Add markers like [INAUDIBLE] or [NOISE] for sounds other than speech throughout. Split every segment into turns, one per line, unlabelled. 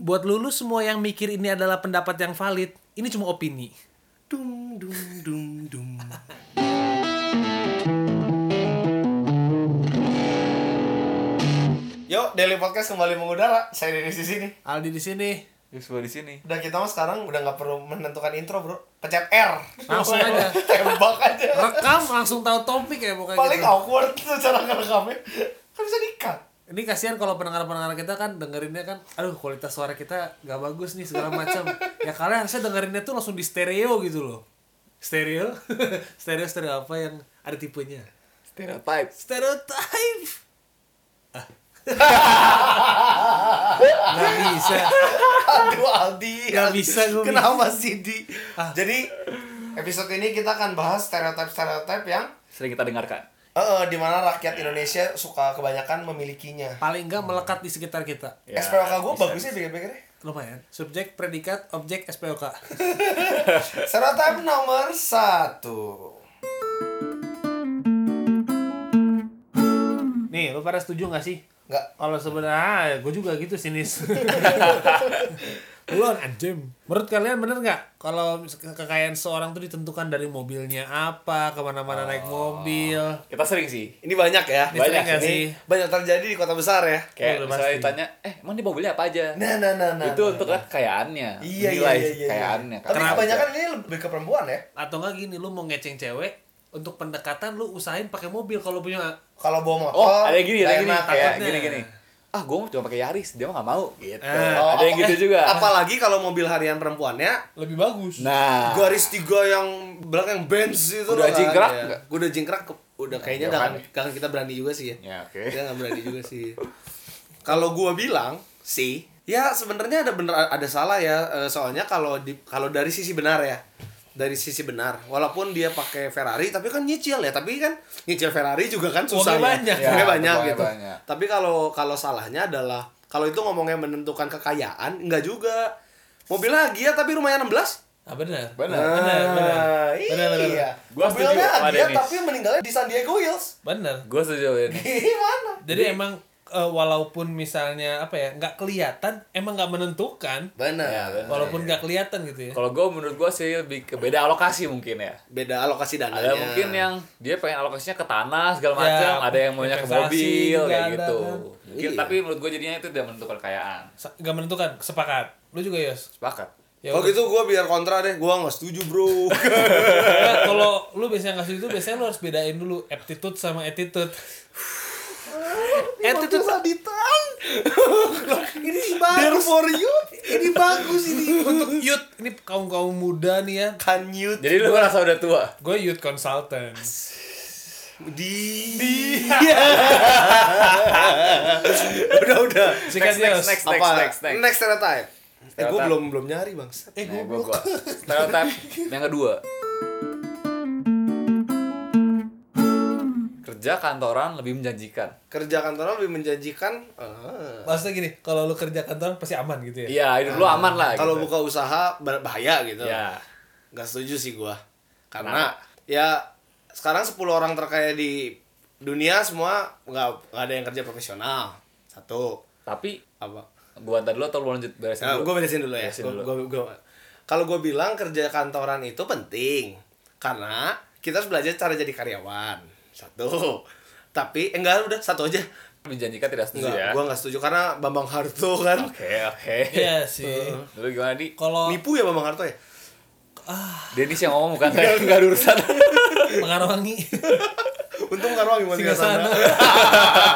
buat lulu semua yang mikir ini adalah pendapat yang valid, ini cuma opini.
Dum dum dum dum. Yuk, Daily Podcast kembali mengudara. Saya dari di sini.
Aldi di sini
Terus gua di sini.
Dan kita mah sekarang udah nggak perlu menentukan intro, Bro. Pencet R. [LAUGHS]
Langsung aja.
Tembak aja.
rekam langsung tahu topik ya pokoknya.
Paling
gitu.
awkward tuh cara ngerekamnya. Kan bisa di-cut.
Ini kasihan kalau pendengar-pendengar kita kan dengerinnya kan, aduh kualitas suara kita gak bagus nih segala macam. ya kalian harusnya dengerinnya tuh langsung di stereo gitu loh. Stereo, [LAUGHS] stereo stereo apa yang ada tipenya?
Stereotype.
Stereotype. Ah. gak bisa.
Aduh Aldi,
Nggak
Aldi.
bisa gua
Kenapa sih Di?
Ah.
Jadi episode ini kita akan bahas stereotip-stereotip yang
Sering kita dengarkan.
eh eh, di mana rakyat Indonesia suka kebanyakan memilikinya.
Paling gak melekat di sekitar kita.
Ya,
SPOK gue
bisa.
bagus sih pikir-pikirnya.
Lumayan. Subjek, predikat, objek, SPOK.
Stereotip nomor satu.
Nih, lu pada setuju gak sih?
Nggak.
Kalau sebenarnya gue juga gitu sinis. Bulan anjem. ah, Menurut kalian bener nggak kalau mis- ke- kekayaan seorang tuh ditentukan dari mobilnya apa, kemana-mana naik mobil?
Kita sering sih.
Ini banyak ya.
Ini sering
Banyak
nggak
Ini
sih?
banyak terjadi di kota besar ya.
Oh,
Kayak
udah
misalnya
pasti.
ditanya, eh emang dia mobilnya apa aja?
[LAUGHS] Nah, nah, nah, nah.
itu
nah,
untuk
nah.
lihat kekayaannya.
Iya, iya,
Nilai
iya, iya.
Kekayaannya.
Tapi
Kenapa?
kebanyakan ini lebih ke perempuan ya.
Atau nggak gini, lu mau ngeceng cewek untuk pendekatan lu usahain pakai mobil kalau punya
Kalau bawa motor.
Oh, ada yang gini, ada
nggak
yang gini.
enak
Kayak
takutnya.
gini, gini. Ah, gue cuma pakai Yaris, dia mah gak mau gitu.
Eh,
Oh,
ada
eh,
yang gitu juga.
Apalagi kalau mobil harian perempuannya
lebih bagus.
Nah,
garis tiga yang belakang Benz itu loh
Udah
kan,
jingkrak
ya.
nggak?
udah jingkrak ke- udah kayaknya
iya
nggak
kan.
akan- nggak akan kita berani juga sih ya
Ya, oke.
kita nggak berani juga sih kalau gua bilang sih ya sebenarnya ada bener ada salah ya Eh, soalnya kalau di kalau dari sisi benar ya dari sisi benar walaupun dia pakai Ferrari tapi kan nyicil ya tapi kan nyicil Ferrari juga kan susah
Uangnya banyak.
ya. Uangnya
Ya,
banyak
uangnya
gitu
banyak.
tapi kalau kalau salahnya adalah kalau itu ngomongnya menentukan kekayaan nggak juga mobilnya Gia tapi rumahnya 16
Ah benar.
benar.
Benar, benar.
Ah,
Benar, benar,
Iya.
benar.
Gua setuju
Mobilnya
sama
Agia
Dennis.
tapi meninggalnya di San Diego Hills. [LAUGHS] Iya,
Benar.
Gue setuju ini.
Gimana?
Jadi emang eh, walaupun misalnya apa ya nggak kelihatan, emang nggak menentukan.
Benar.
Ya, benar.
Walaupun nggak kelihatan gitu ya.
Kalau gue menurut gue sih lebih ke beda alokasi mungkin ya.
Beda alokasi dananya.
Ada mungkin yang dia pengen alokasinya ke tanah segala
Ya,
macam, ada yang maunya ke
investasi
mobil
juga
kayak
ada
gitu.
kan.
Mungkin
Iya.
tapi menurut gue jadinya itu udah menentukan kekayaan.
Sa- nggak menentukan sepakat lu juga Yos
Sepakat.
ya
Kalau
udah.
gitu gue biar kontra deh, gue gak setuju [LAUGHS] bro
Nggak, kalau lu biasanya ngasih itu biasanya lu harus bedain dulu aptitude sama attitude attitude
saditan [LAUGHS] Ini bagus There for you Ini bagus ini
untuk youth ini kaum kaum muda nih ya
Kan you
Jadi lu merasa udah tua.
gue youth consultant
Di Iya. Di [LAUGHS] Udah udah
Sikat, Yos.
next, next, next,
Apa?
next, next,
Next stereotype Eh gue
Stereotype.
belum belum nyari bangsa
eh
Nah,
gue
gua, gua. Stereotype yang kedua. Kerja kantoran lebih menjanjikan.
Kerja kantoran lebih menjanjikan Ah.
maksudnya gini kalau lu kerja kantoran pasti aman gitu ya
Iya, hidup lu aman lah.
kalau
gitu.
buka usaha ber- bahaya gitu
Ya.
nggak setuju sih gua karena ya sekarang 10 orang terkaya di dunia semua nggak nggak ada yang kerja profesional satu
Tapi
apa
gua antar dulu atau lu lanjut beresin
Nah,
dulu?
gue beresin dulu ya
Beresin
Gua-
dulu.
gua- gua- kalau gue bilang kerja kantoran itu penting karena kita harus belajar cara jadi karyawan satu tapi eh, enggak udah satu aja
Menjanjikan tidak setuju
enggak
ya.
gue nggak setuju karena Bambang Harto kan
Oke, oke.
Iya sih
Dulu gimana di?
kalau
nipu ya Bambang Harto ya
Denis yang ngomong bukan saya, enggak ada urusan.
pengaruhi
untung karena gimana
singgah sana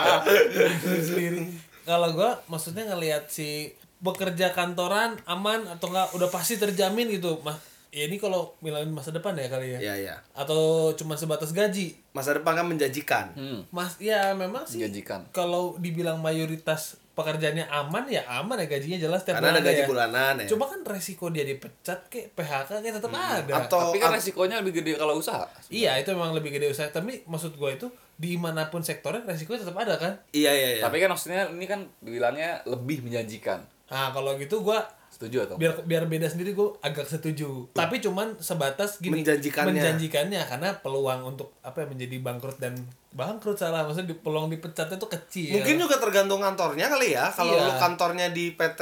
[LAUGHS] sendiri kalau gue maksudnya ngelihat si bekerja kantoran aman atau enggak udah pasti terjamin gitu mah ya ini kalau bilangin masa depan ya kali ya
ya ya
atau cuma sebatas gaji
masa depan kan menjanjikan
Hmm,
mas ya memang sih
menjanjikan.
kalau dibilang mayoritas pekerjaannya aman ya aman ya gajinya jelas tiap
karena ada
bulan
gaji
ya.
bulanan ya
cuma kan resiko dia dipecat kayak PHK kayak tetap ada
atau
Tapi kan
at-
resikonya lebih gede kalau usaha.
iya itu memang lebih gede usaha tapi maksud gue itu di manapun sektornya resikonya tetap ada kan
iya iya iya
Tapi kan maksudnya ini kan bilangnya lebih menjanjikan.
nah kalau gitu gue
Setuju atau?
biar biar beda sendiri gue agak setuju tapi cuman sebatas gini
Menjanjikannya.
menjanjikannya karena peluang untuk apa ya menjadi bangkrut dan bangkrut salah maksudnya di, peluang dipecatnya tuh kecil
mungkin juga tergantung kantornya kali ya kalau
Iya.
lu kantornya di PT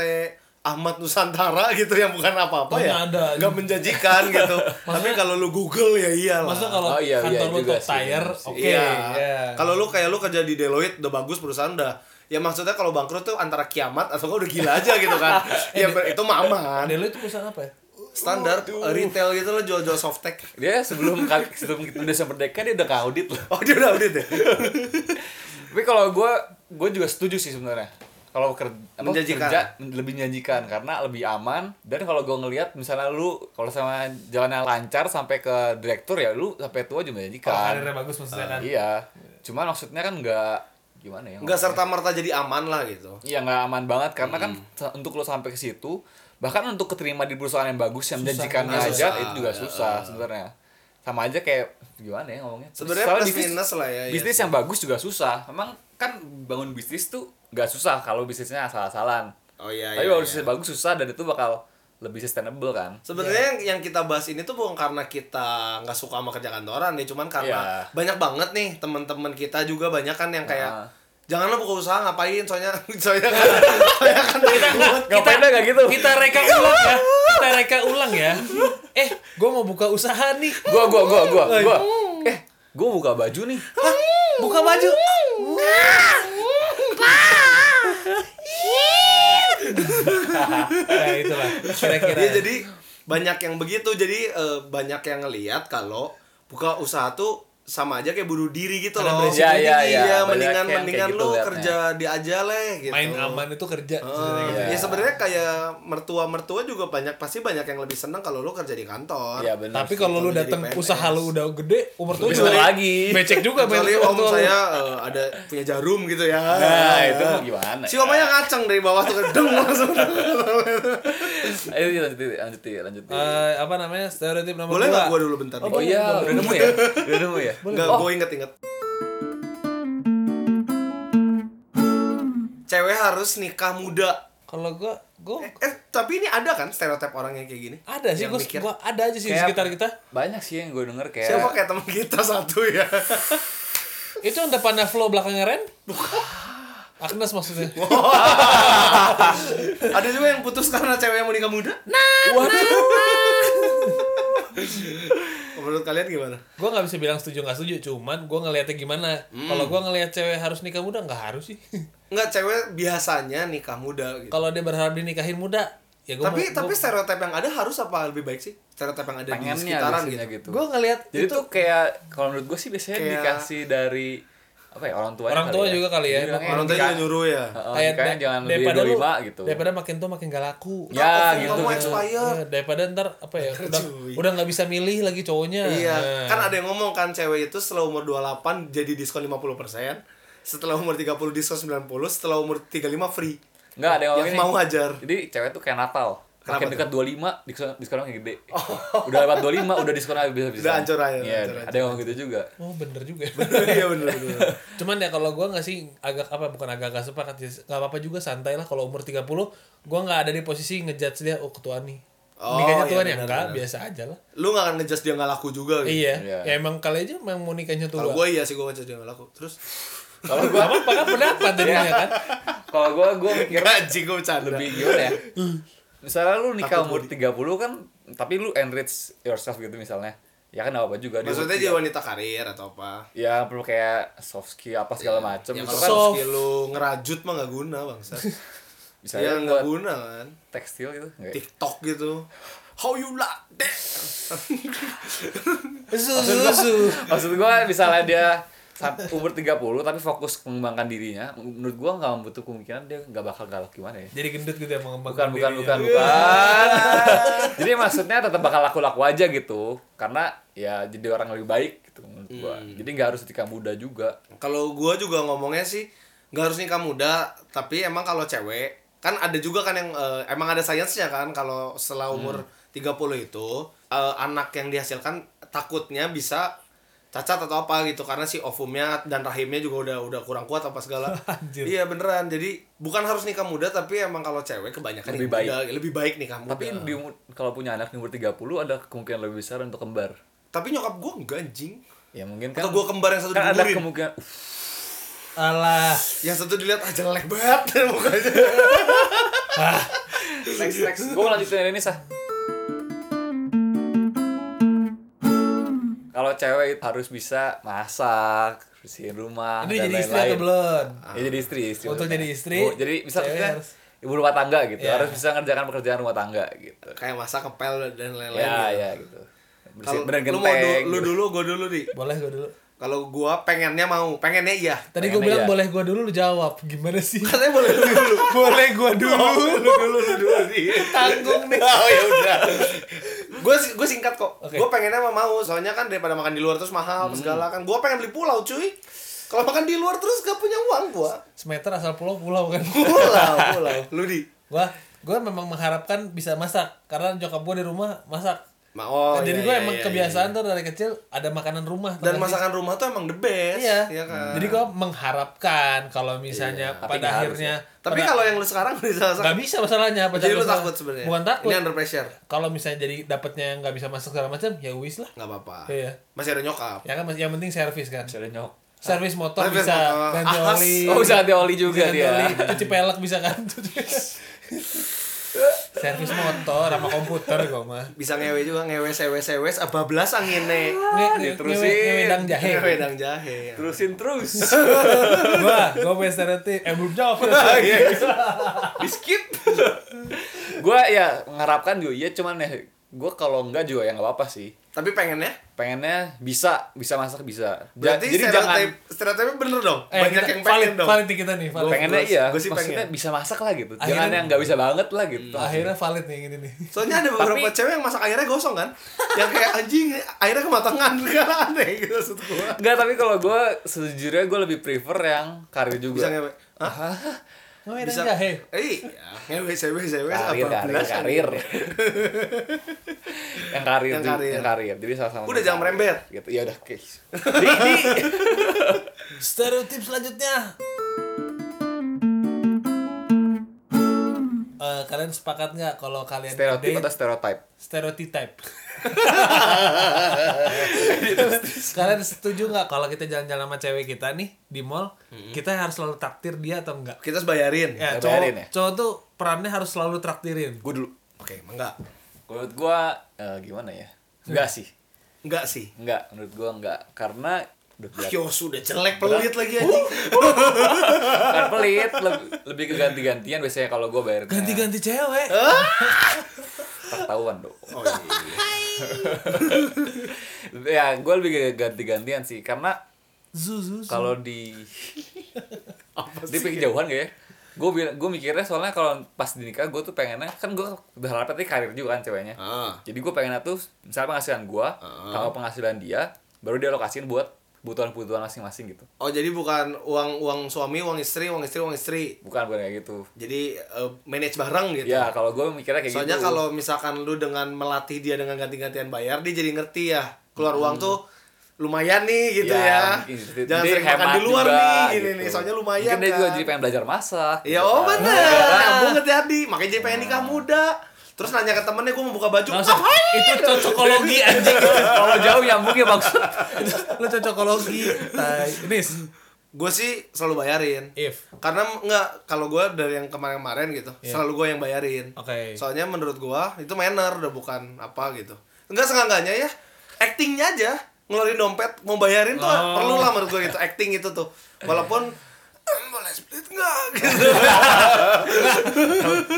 Ahmad Nusantara [LAUGHS] gitu yang bukan apa-apa
Taunya
ya
ada.
nggak
[LAUGHS]
menjanjikan gitu tapi kalau lu Google ya iyalah
Maksudnya kalau
Oh, iya, iya
kantor lu top
juga sih,
tier,
bener sih.
oke.
iya.
iya.
Kalau lu kayak lu kerja di Deloitte udah bagus perusahaan udah ya maksudnya kalau bangkrut tuh antara kiamat atau enggak udah gila aja gitu
[LAUGHS]
kan. ya ber- itu mah aman.
Delo itu perusahaan apa ya?
Standar eh, retail gitu lo jual-jual softtek.
Dia sebelum kali sebelum Indonesia merdeka dia udah kaudit loh.
Oh dia udah
[LAUGHS]
audit ya?
Tapi kalau gue gue juga setuju sih sebenarnya. Kalau kerja
Menjanjikan.
kerja men- lebih menjanjikan karena lebih aman dan kalau gue ngelihat misalnya lu kalau sama jalannya lancar sampai ke direktur ya lu sampai tua
Kan. Oh,
juga
Kalau
menjanjikan.
Oh, karirnya bagus maksudnya
Ah,
kan.
Iya. Cuman maksudnya kan nggak gimana ya?
Enggak serta merta jadi aman lah gitu.
Iya nggak aman banget karena kan
Hmm.
sa- untuk lo sampai ke situ bahkan untuk keterima di perusahaan yang bagus yang menjanjikannya
Nah,
aja
susah.
itu juga susah sebenarnya sama aja kayak gimana ya ngomongnya
Sebenarnya
Soalnya
plus minus lah ya, iya
bisnis
sih.
yang bagus juga susah emang kan bangun bisnis tuh nggak susah kalau bisnisnya asal-asalan
Oh iya
tapi
iya.
kalau
iya.
bisnisnya bagus susah dan itu bakal lebih sustainable kan
Sebenarnya yang, yang kita bahas ini tuh bukan karena kita nggak suka sama kerja kantoran ya, cuman karena
Iya.
banyak banget nih teman-teman kita juga banyak kan yang kayak
Nah. Iya.
jangan lo buka usaha ngapain soalnya [LAUGHS] soalnya kan soalnya kan ribut."
ngapain dah nggak gitu
Kita reka ulang ya. Kita reka ulang ya. Eh, gue mau buka usaha nih.
[LAUGHS] gua gua gua gua gua eh gua buka baju nih
Buka baju. [LAUGHS] nah, itulah kira-kira.
Iya jadi banyak yang begitu jadi eh, banyak yang ngelihat kalau buka usaha tuh sama aja kayak bunuh diri gitu
Ada
loh.
beresiko
Iya,
tinggi. Iya, iya,
mendingan
banyak yang
mendingan
kayak gitu
lu
liatnya.
kerja di aja leh gitu.
main aman itu kerja.
Eh,
maksudnya gitu.
Ya
Iya.
sebenarnya kayak mertua-mertua juga banyak pasti banyak yang lebih seneng kalau lu kerja di kantor.
Iya, bener
Tapi
sih.
kalau lu
Jadi
datang
PNS.
usaha lu udah gede, umur tuh
Lebih seneng lagi.
Becek juga men.
Kecuali om
Mertua lu.
saya eh, ada punya jarum gitu ya.
nah itu mau gimana
Si omanya ngaceng dari bawah tuh kedeng
[LAUGHS]
langsung.
ayo lanjutin lanjutin ya, lanjutin
Eh, apa namanya? Stereotip nomor
Ah, Boleh
dua.
nggak gua dulu bentar?
Oh iya, udah nemu ya? Udah nemu ya?
Enggak,
Oh,
gue inget-inget. Cewek harus nikah muda.
Kalau gua gua
Eh, eh, tapi ini ada kan stereotip orang yang kayak gini?
ada sih
Yang
gua,
mikir.
gua ada aja sih di
Kayak-
sekitar kita.
banyak sih yang gue denger kayak
Siapa kayak teman kita [LAUGHS] satu ya?
Itu yang depannya flow belakangnya Ren? Agnes maksudnya.
ada juga yang putus karena cewek yang mau nikah muda?
Nah.
Waduh.
Menurut kalian gimana?
Gua nggak bisa bilang setuju nggak setuju, cuman gua ngelihatnya gimana.
Hmm.
Kalau gua ngelihat cewek harus nikah muda nggak harus sih.
Iya.
Enggak, cewek biasanya nikah muda gitu.
Kalau dia berharap dinikahin muda, ya gua
tapi
mau-
tapi stereotip yang ada harus apa lebih baik sih? Stereotip yang ada di
Pengennya
sekitaran
biasanya
gitu.
gitu.
gua, gua ngelihat
Jadi
itu
tuh kayak kalau menurut gue sih biasanya
Kayak-
dikasih dari apa ya Iya, orang tua
Orang tua juga kali ya,
Orang tadi juga nyuruh ya.
kayak
da-
oh, jangan lebih
daripada lu-
25 gitu.
Daripada makin tua makin gak laku.
Ya
Kamu
gitu.
Kamu expired.
Ya, daripada ntar apa ya udah
Cuy.
udah nggak bisa milih lagi cowoknya
Iya,
Nah.
kan ada yang ngomong kan cewek itu setelah umur 28 jadi diskon 50%, setelah umur 30 diskon 90, setelah umur 35 free.
Enggak ada yang,
Yang
ngomongin
mau
nih.
hajar. [LAUGHS]
Jadi cewek tuh kayak Natal.
Kenapa
Makin
tuh? Oh.
dekat 25 diskon diskonnya makin gede. Udah lewat 25 udah diskonnya habis habisan
Udah hancur aja,
Iya,
hancur
ada yang ngomong gitu juga.
oh bener juga
Iya benar benar.
cuman ya kalau gua nggak sih agak apa bukan agak agak sepakat sih. nggak apa apa juga santai lah kalau umur 30 gua nggak ada di posisi ngejudge dia oh ketua nih
Oh,
nikahnya
iya,
tuan ya
benar,
enggak
benar.
biasa aja lah
Lu gak akan ngejudge dia gak laku juga gitu.
iya
Iya.
ya emang kali aja emang mau nikahnya tua
Kalau gue iya sih gue ngejudge dia gak laku. Terus
Kalau
Gak
gua
apa-apa kan
Iya.
pendapat jadinya kan
kalau gua gua mikir
gaji gue bercanda.
lebih gimana ya? Misalnya lu nikah
Takut
umur 30 kan, tapi lu enrich yourself gitu misalnya. Ya kan apa juga. di umur
Maksudnya
30.
dia wanita karir atau apa?
Ya perlu kayak soft skill apa segala macem
Yang
itu
kalau
kan
soft.
skill lu ngerajut mah gak guna bangsa.
bisa
Ya
ya,
gak
buat
guna kan.
tekstil gitu. nggak ya?
TikTok gitu. How you like that?
[LAUGHS] susu susu
Maksud gua misalnya dia sam- umur 30 tapi fokus mengembangkan dirinya, menurut gua nggak butuh kemungkinan dia nggak bakal galak gimana ya.
jadi gendut gitu ya mengembangkan ya.
Bukan, bukan,
dirinya.
ya.
bukan,
[LAUGHS]
bukan. jadi maksudnya tetap bakal laku-laku aja gitu. Karena ya jadi orang lebih baik gitu menurut gua.
Hmm.
Jadi nggak harus nikah muda juga.
Kalau gua juga ngomongnya sih nggak harus nikah muda, tapi emang kalau cewek kan ada juga kan yang eh, emang ada sainsnya kan kalau setelah umur
Hmm.
30 itu eh, anak yang dihasilkan takutnya bisa cacat atau apa gitu karena si ovumnya dan rahimnya juga udah udah kurang kuat apa
[LAUGHS]
segala.
Anjir.
Iya beneran. Jadi bukan harus nikah muda tapi emang kalau cewek kebanyakan
Lebih
yang muda, lebih baik nikah muda.
Tapi di umur- kalau punya anak di umur 30 ada kemungkinan lebih besar untuk kembar.
Tapi nyokap gua enggak anjing.
Ya mungkin kan.
Atau gua kembar yang satu
kan ada
digugurin.
kemungkinan uff,
alah
"Ah, Yang satu dilihat aja jelek banget mukanya.
next next gue lanjutin ini sah kalau cewek harus bisa masak bersihin rumah
Ini
dan
jadi istri
lain-lain.
atau belum?
Ya, jadi istri, istri
Untuk
maksudnya.
jadi istri,
Bu, jadi bisa
cewek
maksudnya
harus-
ibu rumah tangga gitu
Iya.
harus bisa ngerjakan pekerjaan rumah tangga gitu
kayak masa kepel dan
Iya,
lain-lain
ya
gitu.
ya gitu
Kalau
bersihin beneran
lu
genteng
mau du- lu
gitu.
dulu, gue dulu nih.
Boleh gue dulu.
Kalau gua pengennya mau, pengennya iya.
Tadi gue
Pengen
bilang
aja.
boleh gue dulu lu jawab. Gimana sih?
Katanya boleh lu dulu.
[LAUGHS]
boleh gue dulu.
[LAUGHS] lu dulu, lu dulu nih.
Tanggung nih.
[LAUGHS] Oh ya udah. Gue gue singkat kok.
Oke.
Gue pengennya mah mau, soalnya kan daripada makan di luar terus mahal segala kan. Gue pengen beli pulau cuy. Kalau makan di luar terus gak punya uang gua. [LAUGHS]
Semeter asal pulau-pulau kan.
Pulau, pulau. Lu di.
Gua gua memang mengharapkan bisa masak karena nyokap gua di rumah masak.
Ma- Oh,
Jadi
iya,
gua
iya,
emang
iya,
kebiasaan tuh dari kecil ada makanan rumah.
iya. Dan
teman-teman.
masakan rumah tuh emang the best.
Iya.
kan. Iya,
Jadi gua mengharapkan kalau misalnya
Tapi
pada
nggak harus,
akhirnya
ya. Tapi
pada-
kalau yang lu sekarang [LAUGHS] bisa masak.
nggak bisa masalahnya apa
Jadi
cara
lu
masalah.
takut sebenarnya.
Bukan takut.
Ini under pressure.
Kalau misalnya jadi dapatnya nggak bisa masak segala macam, ya wis lah.
Gak apa-apa.
Iya.
Masih ada nyokap.
Ya kan yang penting servis kan.
Bisa ada nyok
Servis motor
Servis
bisa
motor. [LAUGHS] Ah,
ganti
Ahas.
oli.
oh bisa ganti oli juga
ganti
dia
oli, cuci pelek bisa kan. servis motor sama komputer gua mah.
bisa ngewe juga ngewe sewe sewes abablas angine
Nge-
Diterusin.
ngewe- ngewedang jahe.
ngewe dang jahe
[LAUGHS] terusin terus
Gua, gua punya stereotip. Eh belum
[LAUGHS]
jawab.
[LAUGHS] di skip
gue ya mengharapkan juga iya cuman ya gue kalau enggak juga ya nggak apa-apa sih
tapi pengennya
pengennya bisa bisa masak bisa Ja-
berarti
jadi jangan
stereotip stereotipnya bener dong
Eh,
banyak
kita-
yang pengen
valid-
dong
Valid nih kita nih, valid.
pengennya
Gua-
iya
gua sih
maksudnya
pengen.
bisa masak lah gitu jangan
Akhirnya-
yang nggak bisa banget lah gitu
Akhirnya valid nih yang ini nih.
soalnya ada beberapa
Tapi-
cewek yang masak airnya gosong kan yang kayak anjing airnya kematangan [LAUGHS] kan aneh gitu maksud gua
Enggak, tapi kalau gue sejujurnya gue lebih prefer yang karir juga.
bisa ngewe Hah?
Ngewedang
bisa
jahe.
eh ngewe sewe sewe
karir, karir,
abablas
karir. [LAUGHS] yang karir,
kan ya. Yang
yang karir,
karir.
yang karir. Jadi sama-sama.
Udah, jangan
karir.
merembet.
Gitu. Ya udah, oke. Di, di.
Stereotip selanjutnya. Eh, kalian sepakat nggak kalau kalian
Stereotip atau
date,
stereotype? [LAUGHS]
stereotype? kalian setuju nggak kalau kita jalan-jalan sama cewek kita nih di mall, kita harus selalu taktir dia atau enggak?
kita harus bayarin
Ya,
Kita
cowok,
bayarin ya?
cowok tuh perannya harus selalu traktirin.
Gue dulu.
oke emang enggak
Menurut gue, eh, gimana ya? Enggak sih.
enggak sih
Enggak, menurut gue enggak. Karena udah berat.
Yo sudah jelek pelit lagi anjing.
[LAUGHS] Bukan pelit, lebih, lebih ke ganti-gantian biasanya kalau gue bayar.
Ganti-ganti cewek.
Eh? Ketahuan dong.
Oh, iya.
[LAUGHS] ya, gue lebih ke ganti-gantian sih. Karena
Zuzu.
kalau
[LAUGHS]
di di pikir jauhan gak ya gue gue mikirnya soalnya kalau pas di nikah gue tuh pengennya kan gue udah harapnya tadi karir juga kan ceweknya
Ah.
jadi gue pengennya tuh misalnya penghasilan gue sama penghasilan dia baru dialokasiin buat kebutuhan-kebutuhan masing-masing gitu
Oh jadi bukan uang uang suami, uang istri, uang istri, uang istri.
bukan bukan kayak gitu
Jadi eh, manage bareng gitu.
ya kalau gue mikirnya kayak
Soalnya
gitu
kalau misalkan lu dengan melatih dia dengan ganti-gantian bayar, dia jadi ngerti ya. Keluar uang tuh lumayan nih gitu ya.
Hmm. Ya, mungkin.
Jangan
Jadi
sering makan
hemat
di luar
juga,
nih gini
gitu.
nih. Soalnya lumayan
mungkin dia
kan.
juga jadi pengen belajar masak
Iya,
gitu
Nah,
oh
kan.
bener. Nyambung ke tadi. Makanya jadi pengen nikah muda. Terus nanya ke temennya gue mau buka baju.
Langsung,
[LAUGHS] Apa?
itu cocokologi anjing.
kalau jauh nyambung ya maksud
Lu cocokologi. Tai. Ini
Gue sih selalu bayarin.
if.
Karena nggak kalau gue dari yang kemarin-kemarin gitu, selalu gue yang bayarin.
Iya. Oke.
Soalnya menurut gua itu manner udah bukan apa gitu. Enggak sengangganya ya actingnya aja ngeluarin dompet mau bayarin tuh
Oh.
perlu lah menurut gua itu acting itu tuh. Walaupun "Em, boleh split enggak gitu.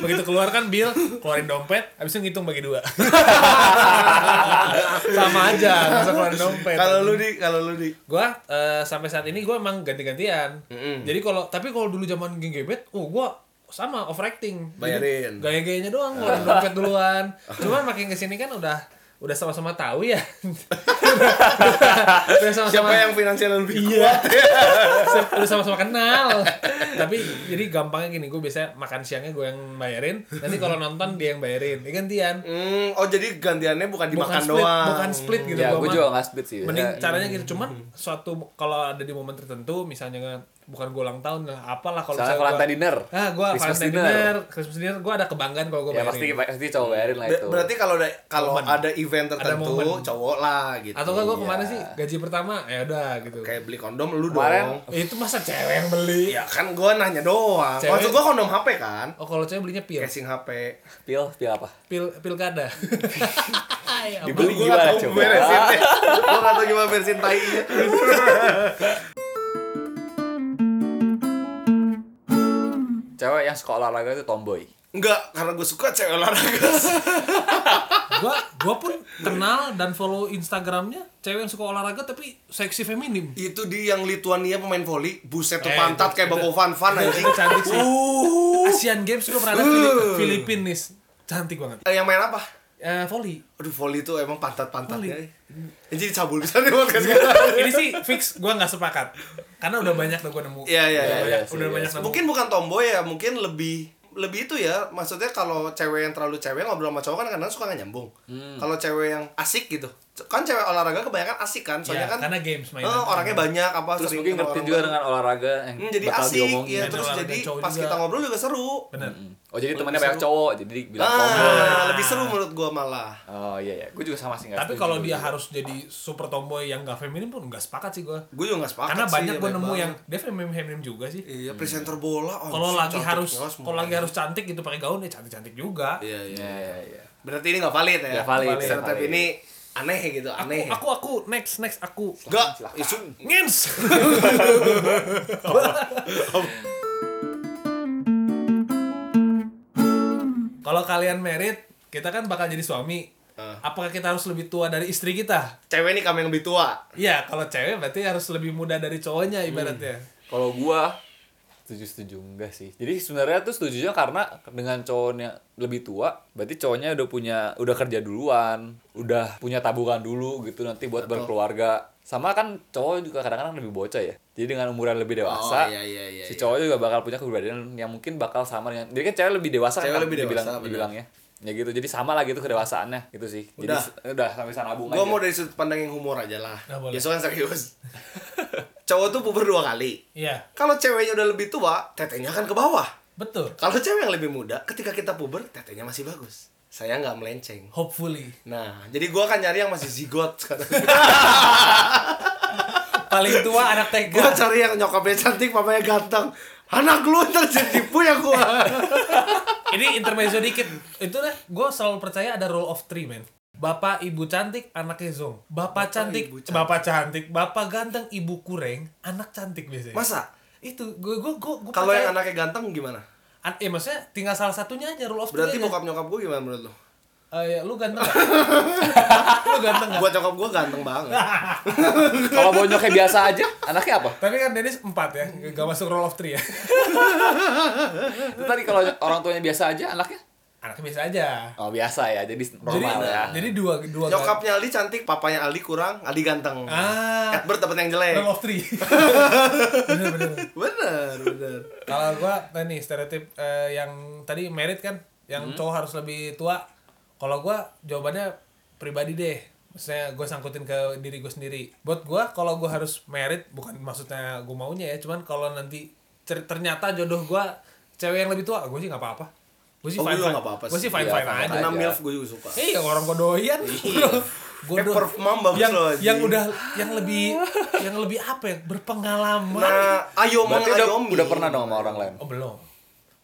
begitu keluar kan bill keluarin dompet habis itu ngitung bagi dua sama aja masa keluarin dompet
kalau lu di kalau lu di
gua eh, sampai saat ini gua emang ganti-gantian jadi kalau tapi kalau dulu zaman geng gebet oh gua sama overacting Jadi
Bayarin.
gaya-gayanya doang ngeluarin dompet duluan cuman makin kesini kan udah udah sama-sama tahu ya [LAUGHS] udah sama-sama
siapa yang finansial lebih
Iya. Siap, udah sama-sama kenal. Tapi jadi gampangnya gini, gue biasanya makan siangnya gue yang bayarin. Nanti kalau nonton dia yang bayarin. Ya gantian.
Hmm, oh jadi gantiannya bukan
Bukan
dimakan
split,
doang. Iya.
bukan split gitu.
ya
gua
gue
mah.
juga nggak split sih
Mending
Ya,
caranya gitu cuman suatu kalau ada di momen tertentu misalnya kan, bukan gue ulang tahun lah apalah kalau
Misalnya
misalnya
Valentine
gua-
dinner.
ah gue
Christmas
Valentine dinner. Christmas dinner gue ada kebanggaan kalau gue
Ya pasti pasti cowok bayarin lah
Be-
Nah, itu.
berarti kalau ada kalau
Momen.
ada event
Ada
tertentu
momen.
cowok lah gitu
atau enggak gue kemana
Iya.
sih gaji pertama ya udah gitu
kayak beli kondom lu
Kemarin-
dong
Eh, itu masa cewek yang beli
ya kan gue nanya doang
Cewek-
maksud gue kondom HP kan
oh kalau cewek belinya pil
casing HP
pil pil apa?
pil pilkada
[LAUGHS]
[LAUGHS] Ya ampun.
Gua
Dibeli
nggak
gimana
tahu
coba? Ah.
beresinnya. Gua nggak tahu gimana beresin tainya.
Cewek yang suka olahraga itu tomboy.
Enggak, karena gue suka cewek olahraga. [LAUGHS]
gua gua pun kenal dan follow Instagramnya cewek yang suka olahraga tapi seksi feminim
itu di yang Lituania pemain voli, buset tuh
Eh,
pantat
itu-
kayak Bako Van Van anjing.
itu cantik sih
Uh.
Asian Games gua pernah ada Filipin Filipin nih cantik banget
Eh, yang main apa?
Eh, volley
Aduh, voli itu emang pantat-pantatnya.
Voli.
Jadi cabul bisa nih podcast kita.
ini sih fix gua nggak sepakat karena udah banyak tuh gua nemu
Iya, iya,
udah
iya.
banyak,
iya sih,
udah
iya
banyak
sih.
nemu
Mungkin bukan tomboy ya, mungkin lebih lebih itu ya maksudnya kalau cewek yang terlalu cewek ngobrol sama cowok kan kadang suka nggak nyambung
Hmm.
kalau cewek yang asik gitu kan cewek olahraga kebanyakan asik kan
ya,
soalnya kan
karena games
eh,
mainan
orangnya banyak apa
Terus
sering
mungkin
ketemu
ngerti
orang
juga
baru.
dengan olahraga yang
Hmm, jadi
bakal
asik
diomongin.
ya
Dan
terus
olahraga
jadi
Iya, cowok
pas
juga.
kita ngobrol juga seru
bener
Oh jadi temannya banyak cowok, jadi bilang tomboy.
ah
Nah.
lebih seru menurut gua malah
Oh iya iya, gue juga sama sih nggak
tapi
setuju.
kalau dia harus jadi super tomboy yang gak feminim pun nggak sepakat sih gua
gue juga gak sepakat
karena
sih,
banyak
ya,
gua nemu
banget.
yang dia feminim feminim juga sih
iya presenter bola oh,
kalau
sih,
lagi
cantik
harus
ya, semua.
kalau lagi harus cantik gitu pakai gaun ya cantik cantik juga
iya iya
Iya iya iya.
berarti ini gak valid ya
Nggak valid,
Presenter
nggak valid.
ini aneh gitu aneh
aku aku next next aku
gak isu
ngins kalau kalian merit kita kan bakal jadi suami
Ah.
apakah kita harus lebih tua dari istri kita
cewek ini kami yang lebih tua
Iya, kalau cewek berarti harus lebih muda dari cowoknya
Hmm.
ibaratnya.
Kalau gua setuju setuju enggak sih. Jadi sebenarnya tuh setujunya karena dengan cowoknya lebih tua, berarti cowoknya udah punya udah kerja duluan, udah punya tabungan dulu gitu nanti buat berkeluarga. Sama kan cowok juga kadang-kadang lebih bocah ya. Jadi dengan umuran lebih dewasa,
Oh, iya, iya, iya,
si
iya.
cowok juga bakal punya kepribadian yang mungkin bakal sama dengan. Jadi kan cewek lebih dewasa
Cewek
kan
lebih dewasa,
dibilang,
benar.
dibilangnya. Ya gitu. Jadi sama lah gitu kedewasaannya gitu sih. Jadi
Udah.
se- udah sampai sana abung
gue
aja.
mau dari sudut pandang yang humor aja lah
Nggak boleh.
besok kan serius [LAUGHS] cowok tuh puber dua kali
Iya,
kalau ceweknya udah lebih tua tetenya akan ke bawah
betul.
kalau cewek yang lebih muda ketika kita puber tetenya masih bagus saya nggak melenceng
Hopefully.
Nah, jadi gua akan nyari yang masih zigot sekarang.
Paling tua anak TK.
gua cari yang nyokapnya cantik, papanya ganteng. Anak lu ntar jadi tipu ya gua.
Ini intermezzo dikit. Itu deh, gue selalu percaya ada rule of three, men. Bapak ibu cantik, anaknya zong. Bapak, cantik,
ibu
bapak cantik, bapak ganteng, ibu kureng, anak cantik biasanya.
Masa?
Itu gue gue gue gue
Kalau yang anaknya ganteng gimana?
An- eh maksudnya tinggal salah satunya aja rule of three.
Berarti
aja.
bokap nyokap gua gimana menurut lu?
Eh, ya, lu ganteng
[LAUGHS]
gak? lu ganteng gak?
Buat nyokap gua ganteng banget.
Kalau bonyoknya biasa aja, anaknya apa?
Tapi kan Dennis 4 ya, gak masuk rule of three ya.
Itu tadi kalau orang tuanya biasa aja, anaknya
Anaknya biasa aja.
Oh biasa ya, jadi
Jadi,
normal ya.
jadi dua dua
Nyokapnya Ali cantik, papanya Ali kurang, Ali ganteng.
Ah.
Edward dapat yang jelek.
Rule of
[LAUGHS]
three. bener bener.
Bener, bener.
Kalau gua nah nih stereotip eh, yang tadi merit kan, yang cowok harus lebih tua. Kalau gua jawabannya pribadi deh. Maksudnya gue sangkutin ke diri gue sendiri. Buat gua kalau gua harus merit bukan maksudnya gue maunya ya, cuman kalau nanti cer- ternyata jodoh gua cewek yang lebih tua, gue sih nggak apa-apa. Gue sih
Oh,
fine
gua juga
fine.
nggak apa-apa
Gue
sih.
sih fine
Iya,
fine
fine-fine
aja.
aja.
Enam milf gua juga suka.
Iya orang gua doyan. [LAUGHS] Gua
Eh,
doyan.
perf mom bagus
yang,
loh, anjing.
yang udah yang lebih yang lebih apa ya berpengalaman
Nah, ayo mong
Berarti udah,
ayomi.
udah pernah dong sama orang lain.
oh belum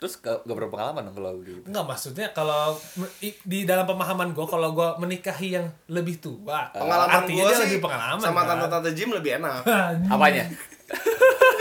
Terus gak, gak berpengalaman dong kalau gitu.
Enggak maksudnya kalau me- i- di dalam pemahaman gue kalau gue menikahi yang lebih tua
Eh, Pengalaman
artinya
gua
dia
sih
lebih pengalaman
sama
kan?
tante-tante Jim lebih
[LAUGHS]
enak.
Apanya?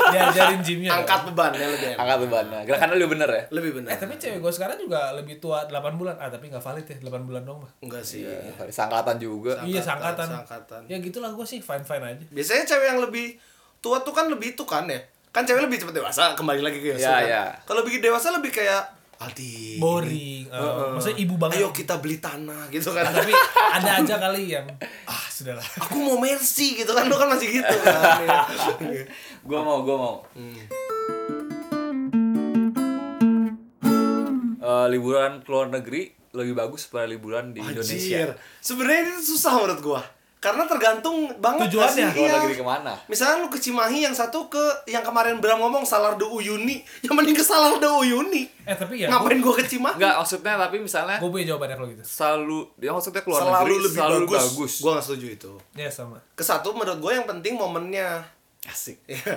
diajarin gymnya dong.
Angkat beban yang lebih enak.
Angkat beban. Nah, gerakannya lebih bener ya?
Lebih benar.
eh tapi cewek gue sekarang juga lebih tua 8 bulan ah tapi nggak valid ya 8 bulan dong mah
Enggak sih.
Iya. Sangkatan juga.
iya
Seangkatan,
seangkatan
seangkatan. Iya.
ya gitulah gue sih fine fine aja
Biasanya cewek yang lebih tua tuh kan lebih itu kan ya. Kan cewek lebih cepat dewasa, kembali lagi ke Yosu
Ya,
kan.
ya.
Kalau bikin dewasa lebih kayak Aldi.
boring eh, maksudnya ibu banget
Ayo kita beli tanah gitu
[LAUGHS]
kan.
Ah, tapi ada aja kali yang ah sudahlah
Aku mau mercy gitu kan, lu kan masih gitu kan. ya.
Gua mau, gua mau. Eh, liburan ke luar negeri lebih bagus pada liburan di Indonesia.
Anjir. Sebenarnya ini susah menurut gua. Karena tergantung banget nggak
Tujuannya.
sih?
Luar
Iya.
negeri kemana?
Misalnya lu ke Cimahi yang satu ke yang kemarin Bram ngomong Salar de Uyuni, yang mending ke Salar de Uyuni.
Eh tapi ya
Ngapain gua ke Cimahi?
Enggak, maksudnya tapi misalnya
gue punya jawabannya kalau gitu.
selalu dia maksudnya keluar
Selalu
negeri
lebih
selalu
bagus.
bagus.
Gua nggak setuju itu.
Ya sama.
Ke satu menurut gue yang penting momennya.
Asik.
Iya.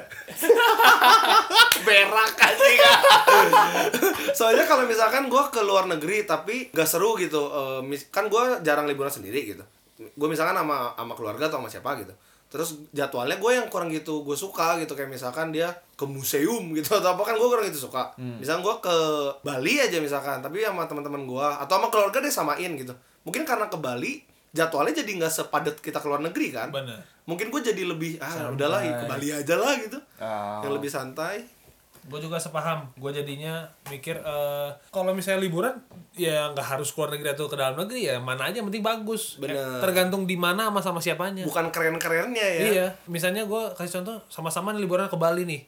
Berak asik. ah.
[LAUGHS] Soalnya kalau misalkan gue ke luar negeri tapi gak seru gitu, eh, mis- kan gue jarang liburan sendiri gitu. Gue misalkan sama sama keluarga atau sama siapa gitu. Terus jadwalnya gue yang kurang gitu gue suka gitu kayak misalkan dia ke museum gitu atau apa kan gue kurang gitu suka.
Hmm.
Misalkan gue ke Bali aja misalkan, tapi sama teman-teman gue atau sama keluarga deh samain gitu. Mungkin karena ke Bali jadwalnya jadi nggak sepadat kita ke luar negeri kan.
Bener.
Mungkin gue jadi lebih ah udahlah ya ke Bali aja lah gitu.
Ah.
Yang lebih santai.
Gue juga sepaham. Gue jadinya mikir eh kalau misalnya liburan ya nggak harus keluar negeri atau ke dalam negeri ya mana aja yang penting bagus.
Bener.
Eh, tergantung di mana sama sama siapanya.
Bukan keren-kerennya ya.
Iya, misalnya gue kasih contoh sama-sama nih liburan ke Bali nih.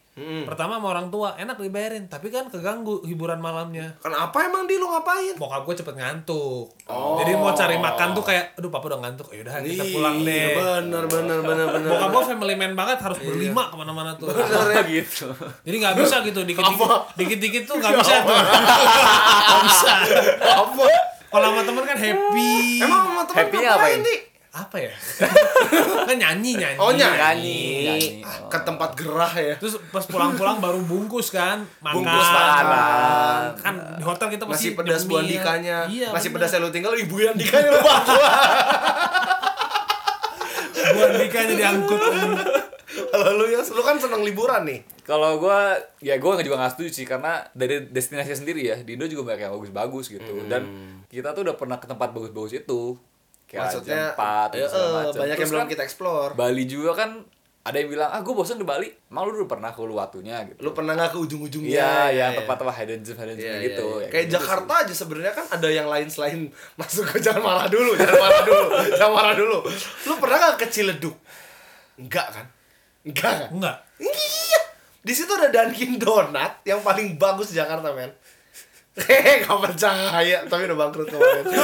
Pertama sama orang tua enak dibayarin, tapi kan keganggu hiburan malamnya.
Kenapa Kan emang di lu ngapain?
Bokap gue cepet ngantuk.
Oh.
Jadi mau cari makan tuh kayak, aduh papa udah ngantuk, ya udah kita pulang
Iya,
deh.
Bener Iya. bener bener bener.
Bokap gue family man banget harus berlima kemana-mana tuh.
[LAUGHS] gitu.
Jadi nggak bisa gitu, dikit-dikit, dikit-dikit tuh
[LAUGHS] Ya
nggak bisa tuh. Nggak bisa.
Apa?
Kalau sama temen kan happy.
Emang sama temen
Happy-nya
ngapain,
ngapain?
Di?
Apa
[LAUGHS]
ya? kan nyanyi nyanyi.
Oh nyanyi.
Nyanyi, nyanyi.
Iya.
Ah, Ke tempat gerah ya.
Terus pas pulang-pulang baru bungkus kan, makan.
Bungkus makanan.
Kan di hotel kita pasti
Masih pedas buah
nyemil.
dikanya.
Iya,
Masih
bener.
pedas yang lu tinggal ibu yang dikanya
[LAUGHS]
lu bawa.
buah dikanya diangkut.
Kalau lu ya, lu kan seneng liburan nih.
Kalau gua ya gua juga nggak setuju sih karena dari destinasi sendiri ya di Indo juga banyak yang bagus-bagus gitu
Hmm.
dan kita tuh udah pernah ke tempat bagus-bagus itu kayak
Maksudnya
Jempat,
eh,
Ya, segala
eh,
macam.
banyak yang
Terus
belum
kan
kita explore.
Bali juga kan ada yang bilang ah gue bosan di Bali emang lu udah pernah ke Uluwatunya gitu
Lu pernah nggak ke ujung-ujungnya?
Iya,
ya
yang tempat-tempat hidden gem, hidden gem gitu.
Iya,
ya
Kayak
gitu
Jakarta aja sebenarnya kan ada yang lain selain [LAUGHS] masuk ke jangan marah dulu, jangan marah dulu, jangan marah dulu. Lu pernah gak ke Ciledug? Enggak kan? Enggak kan?
Enggak.
Iya. Di situ ada Dunkin Donat yang paling bagus di Jakarta, men. [LAUGHS] Hehehe, gak percaya, tapi udah bangkrut kemarin.
sih.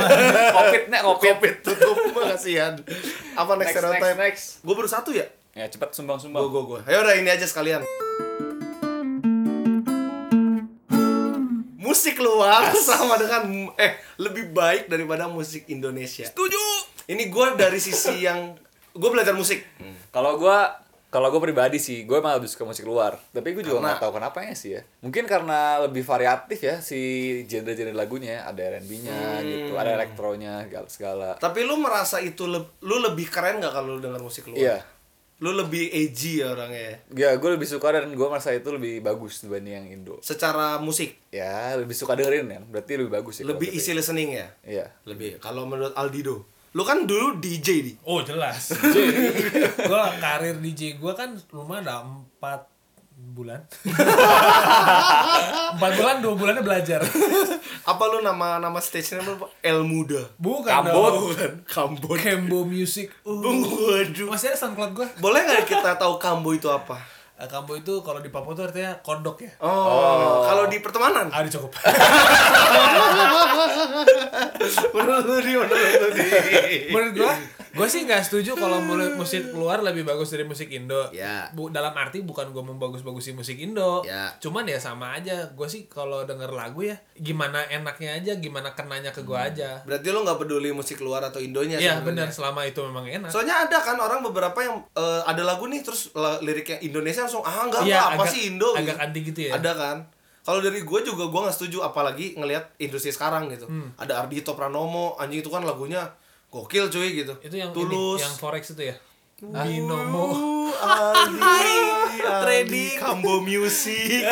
[LAUGHS] Covid nek Covid.
Covid tutup, kasihan. Apa next,
Next,
stereotype?
next, next.
Gue baru satu ya?
Ya cepat
Gue,
sumbang-sumbang.
gue, gue. Ayo udah ini aja sekalian. Musik luar sama dengan eh lebih baik daripada musik Indonesia.
Setuju.
Ini gue dari sisi yang gue belajar musik.
Kalau gua kalau gue pribadi sih, gue emang lebih suka musik luar. Tapi gue juga
Karena-
nggak tahu kenapa ya sih ya. Mungkin karena lebih variatif ya si genre-genre lagunya. Ada R&B-nya
Hmm.
gitu, ada elektronya, segala. segala.
Tapi lu merasa itu leb- lu lebih keren nggak kalau lu denger musik luar?
Iya.
Lu lebih edgy ya orangnya. ya?
Ya gue lebih suka dan gue merasa itu lebih bagus dibanding yang Indo.
Secara musik
Ya lebih suka dengerin kan, berarti lebih bagus ya. kalau
lebih
gitu
easy listening ya.
ya. Iya.
Lebih. Kalau menurut Aldido, lu kan dulu DJ
[LAUGHS]
di.
Oh
[LAUGHS]
jelas. gue karir DJ gue kan rumah ada empat bulan.
[LAUGHS]
empat bulan dua bulannya belajar.
Apa lu nama nama stage name lu apa? El Muda?
Bukan
Kambot.
dong.
Bukan. Kambon.
Kembo Music. Uh.
Waduh.
Masih ada SoundCloud gue.
Boleh nggak kita tahu kambo itu apa?
Kambo Eh, itu kalau di Papua tuh artinya kodok ya.
Oh, kalau di pertemanan.
Ah, udah cukup.
[LAUGHS] menurut lu di, menurut lu di.
[LAUGHS] menurut
[LAUGHS]
gua gua sih nggak setuju kalau mulu- musik luar lebih bagus dari musik Indo
Ya.
Bu, dalam arti bukan gua membagus-bagusin musik Indo
Ya.
cuman ya sama aja gua sih kalau denger lagu ya gimana enaknya aja gimana kenanya ke gua aja
Berarti lu nggak peduli musik luar atau Indonya
Iya
Hmm.
benar
sebenarnya.
selama itu memang enak
Soalnya ada kan orang beberapa yang eh, ada lagu nih terus la- liriknya Indonesia langsung ah enggak
Iya,
apa
agak-
sih Indo gitu.
agak anti gitu ya.
Ada kan. Kalau dari gue juga gue nggak setuju apalagi ngelihat industri sekarang gitu.
Hmm.
Ada Ardhito Pranomo anjing itu kan lagunya gokil cuy gitu.
itu yang ini,
tulus.
yang forex itu ya binomo
trading combo music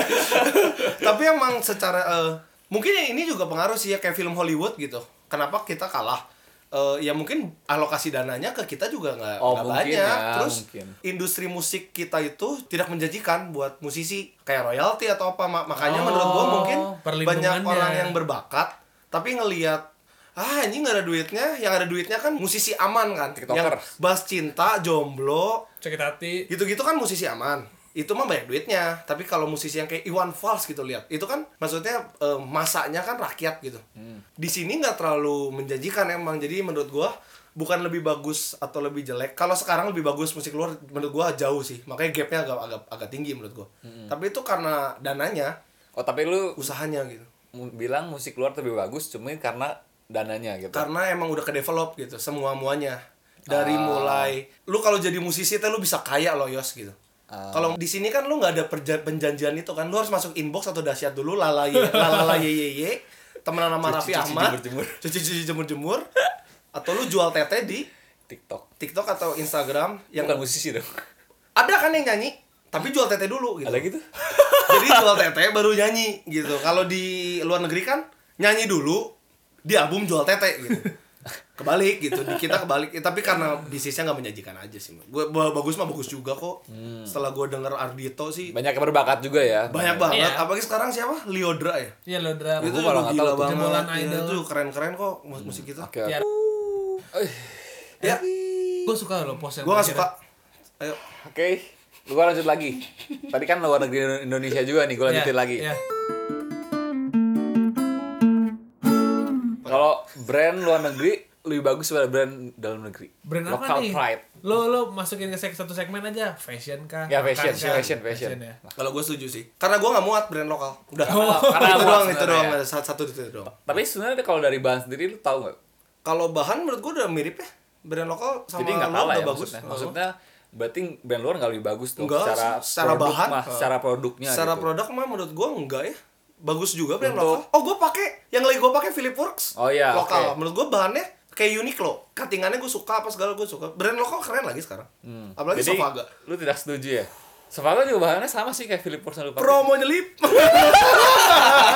[LAUGHS] tapi emang secara eh, mungkin ya ini juga pengaruh sih ya kayak film Hollywood gitu kenapa kita kalah Eh, ya mungkin alokasi dananya ke kita juga nggak
Oh,
nggak banyak
mungkin ya,
terus
mungkin.
industri musik kita itu tidak menjanjikan buat musisi kayak royalti atau apa Ma- makanya
Oh,
menurut gua mungkin banyak
perlindungannya.
orang yang berbakat tapi ngelihat ah ini nggak ada duitnya yang ada duitnya kan musisi aman kan yang
TikToker.
bahas cinta jomblo
cekit hati
gitu-gitu kan musisi aman itu mah banyak duitnya tapi kalau musisi yang kayak Iwan Fals gitu lihat itu kan maksudnya eh, masanya kan rakyat gitu di sini nggak terlalu menjanjikan emang jadi menurut gua bukan lebih bagus atau lebih jelek. Kalau sekarang lebih bagus musik luar menurut gua jauh sih. Makanya gapnya agak agak agak tinggi menurut gua. Tapi itu karena dananya,
Oh tapi lu
usahanya gitu.
mu- bilang musik luar tuh lebih bagus cuma karena dananya gitu.
Karena emang udah ke develop gitu semua muanya. Dari
Ah.
mulai lu kalau jadi musisi teh lu bisa kaya loh Yos gitu.
Ah.
Kalau di sini kan lu nggak ada perja- penjanjian itu kan, lu harus masuk inbox atau dahsyat dulu lala
[LAUGHS]
ye lala ye ye ye temenan sama Raffi
Cuci-cuci
Ahmad,
jemur-jemur.
[LAUGHS] cuci-cuci jemur-jemur, atau lu jual tete di
TikTok.
TikTok atau Instagram yang
Yang bukan musisi dong. [LAUGHS]
ada kan yang nyanyi tapi jual tete dulu gitu
Ada gitu?
jadi jual tete baru nyanyi gitu kalau di luar negeri kan nyanyi dulu di album jual tete gitu kebalik gitu di kita kebalik Eh, tapi karena bisnisnya nggak menyajikan aja sih gue bagus mah bagus juga kok setelah gue denger Ardito sih
Hmm. Banyak yang berbakat juga ya.
banyak banget
Iya.
apalagi sekarang siapa Liodra ya
Iya lo drama.
itu
gua malah
juga
nggak
gila
tahu tuh. Hmm.
Jebolan
banget Iya,
Idol.
itu keren-keren kok mus- musik kita
Oke. oke.
Ya.
Eh,
ya
Gue suka lo post yang
gue nggak
terakhir.
suka ayo
Oke. Gua lanjut lagi. Tadi kan luar negeri Indonesia juga nih, gua
Iya,
lanjutin lagi.
Iya.
Kalau brand luar negeri lebih bagus daripada brand dalam negeri.
Brand apa
Local
nih?
pride.
Lo lo masukin ke seg- satu segmen aja, fashion kah?
Ya fashion,
makan kah?
fashion, fashion.
ya.
kalau gue setuju sih karena gue nggak muat brand lokal udah
karena
itu doang
muat
itu
sebenarnya.
doang ada satu satu itu doang
Tapi sebenarnya kalau dari bahan sendiri lu tahu nggak?
kalau bahan menurut gue udah mirip ya brand lokal sama
Jadi nggak
luar
kalah
udah
ya
bagus
maksudnya. Maksudnya berarti brand luar nggak lebih bagus tuh
Nggak,
secara
se- secara
produk
bahan,
mah,
eh.
secara produknya
secara
gitu.
produk mah menurut gue enggak ya bagus juga brand
Untuk-
lokal oh gue pakai yang lagi gue pakai Philip Works
Oh iya,
lokal
oke.
menurut gue bahannya kayak Uniqlo cuttingannya gue suka apa segala gue suka brand lokal keren lagi sekarang apalagi
Hmm. Jadi,
Sofaga
Lu tidak setuju ya? Sofaga juga bahannya sama sih kayak Philip Morris yang lu pakai.
promo
[LAUGHS]
nyelip
[LAUGHS]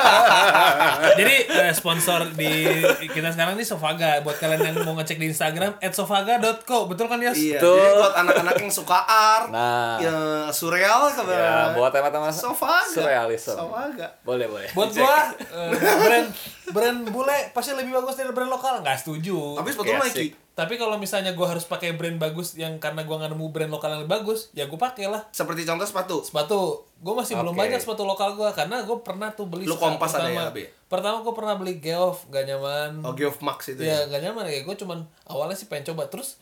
Jadi eh, sponsor di kita sekarang nih Sofaga buat kalian yang mau ngecek di Instagram @sofaga.co. Betul kan, Yos?
iya
Betul.
jadi buat anak-anak yang suka art
Nah.
ya surreal
Ya,
kabar
buat teman-teman
Sofaga
surrealism.
Sofaga
Boleh, boleh.
Buat
Dicek.
gua eh, brand brand bule pasti lebih bagus dari brand lokal. Nggak setuju.
tapi sebetulnya
Kayak
Nike
asik.
Tapi kalau misalnya gua harus pakai brand bagus yang karena gua nggak nemu brand lokal yang lebih bagus, ya gua pakailah.
seperti contoh sepatu
sepatu gue masih belum
Oke.
banyak sepatu lokal gue karena gue pernah tuh beli
Lu
sekali
kompas ada ya, Abi? Oh,
pertama gue pernah beli geof gak nyaman
Ogi of Max itu
ya gak nyaman ya gue cuman awalnya sih pengen coba terus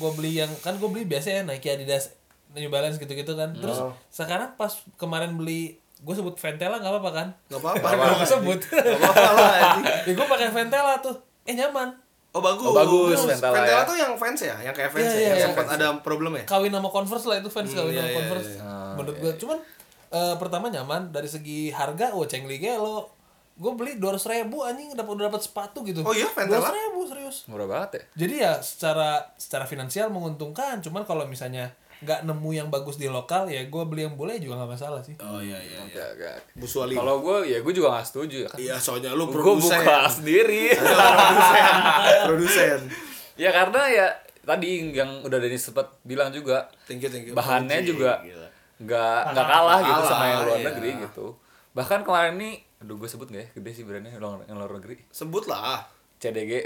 gue beli yang kan gue beli biasa ya Nike Adidas New Balance gitu-gitu kan terus
Oh.
sekarang pas kemarin beli gue sebut Ventela nggak apa-apa kan
Gak apa-apa.
Gak apa-apa sebut
Gak apa-apa lah. anjing.
[LAUGHS] ya, gue pakai Ventela tuh eh nyaman
Oh bagus.
Oh, bagus, Ventela
Ventela,
ya.
tuh yang fans ya, yang kayak
Iya,
fans ya,
iya,
yang
iya.
sempat ada problem ya.
kawin sama Converse lah itu fans kawin sama
iya,
Converse menurut gue cuman eh, pertama nyaman dari segi harga oh, wah cengli lo gue beli dua ribu anjing dapat udah dapat sepatu gitu
Oh iya, Ventela?
ribu serius
Murah banget
Iya.
ya?
jadi ya secara secara finansial menguntungkan cuman kalau misalnya nggak nemu yang bagus di lokal ya gue beli yang boleh juga nggak masalah sih
Oh iya iya.
Oke, oke.
Busuali.
Kalau gue, ya gue juga gak setuju ya kan.
Iya, soalnya lu ya. Iya,
Gue
produsen.
buka sendiri.
produsen. produsen.
ya karena ya tadi yang udah Denny sempat bilang juga
Thank you, thank you.
bahannya
Anjing,
juga
gila.
nggak nggak kalah gitu
Kalah,
sama yang luar
iya.
negeri gitu. Bahkan kemarin nih, aduh gue sebut gak ya gede sih brandnya yang luar- yang luar negeri
Sebutlah.
CDG.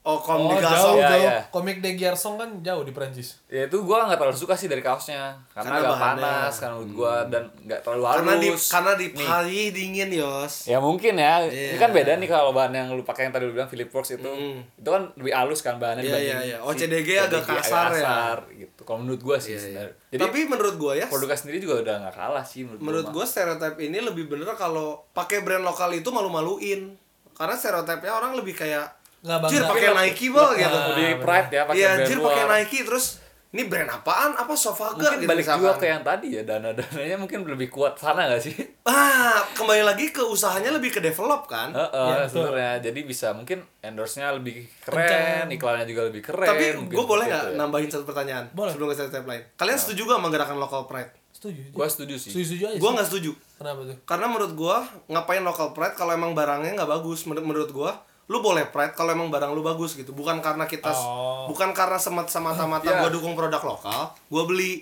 Oh, kom
oh
di
jauh
Gasol.
Iya,
jauh
iya.
komik de Gerson kan jauh di Perancis
[LAUGHS] Ya itu gue nggak terlalu suka sih dari kaosnya
Karena
karena, agak
bahannya. Hmm.
panas karena menurut gue dan nggak terlalu halus.
Karena di karena di Bali dingin, Yos.
Ya mungkin ya. Ini kan beda
Iya.
nih kalau bahan yang lu pakai yang tadi lu bilang Philip Works itu. Itu kan lebih halus kan bahannya
Hmm. Iya, iya,
dibanding
iya.
si
Oh, CDG agak kasar ya. Iya,
gitu. Kalau menurut gua sih sebenarnya. Jadi
Tapi menurut gua ya,
produknya sendiri juga udah nggak kalah sih menurut,
menurut
gua.
gue stereotip ini lebih bener kalau pakai brand lokal itu malu-maluin karena stereotipnya orang lebih kayak
Nggak bangga.
jir pakai Nike bal gitu
Mah. Lebih pride ya pakai
iya
brand
jir
luar.
pakai Nike terus ini brand apaan apa Sofaga
Mungkin balik juga
misalkan.
ke yang tadi ya dana-dananya [LAUGHS] mungkin lebih kuat sana nggak sih? [LAUGHS]
ah kembali lagi ke usahanya lebih ke develop kan
Heeh, sebenarnya. Jadi bisa mungkin endorse-nya lebih keren, iklannya juga lebih keren.
tapi
mungkin
gue boleh
seperti
nggak
itu ya. Nah.
nambahin satu pertanyaan
Boleh.
sebelum ke stereotip lain kalian setuju gak menggerakan local pride
setuju
Gua setuju Iya, sih.
setuju setuju aja
gue
Iya sih.
nggak setuju
kenapa
gitu.
tuh
gitu. karena menurut gue ngapain local pride kalau emang barangnya nggak bagus menurut menurut gue lu boleh pride kalau emang barang lu bagus gitu bukan karena kita
Oh.
bukan karena semat semata-mata
Iya.
gue dukung produk lokal gue beli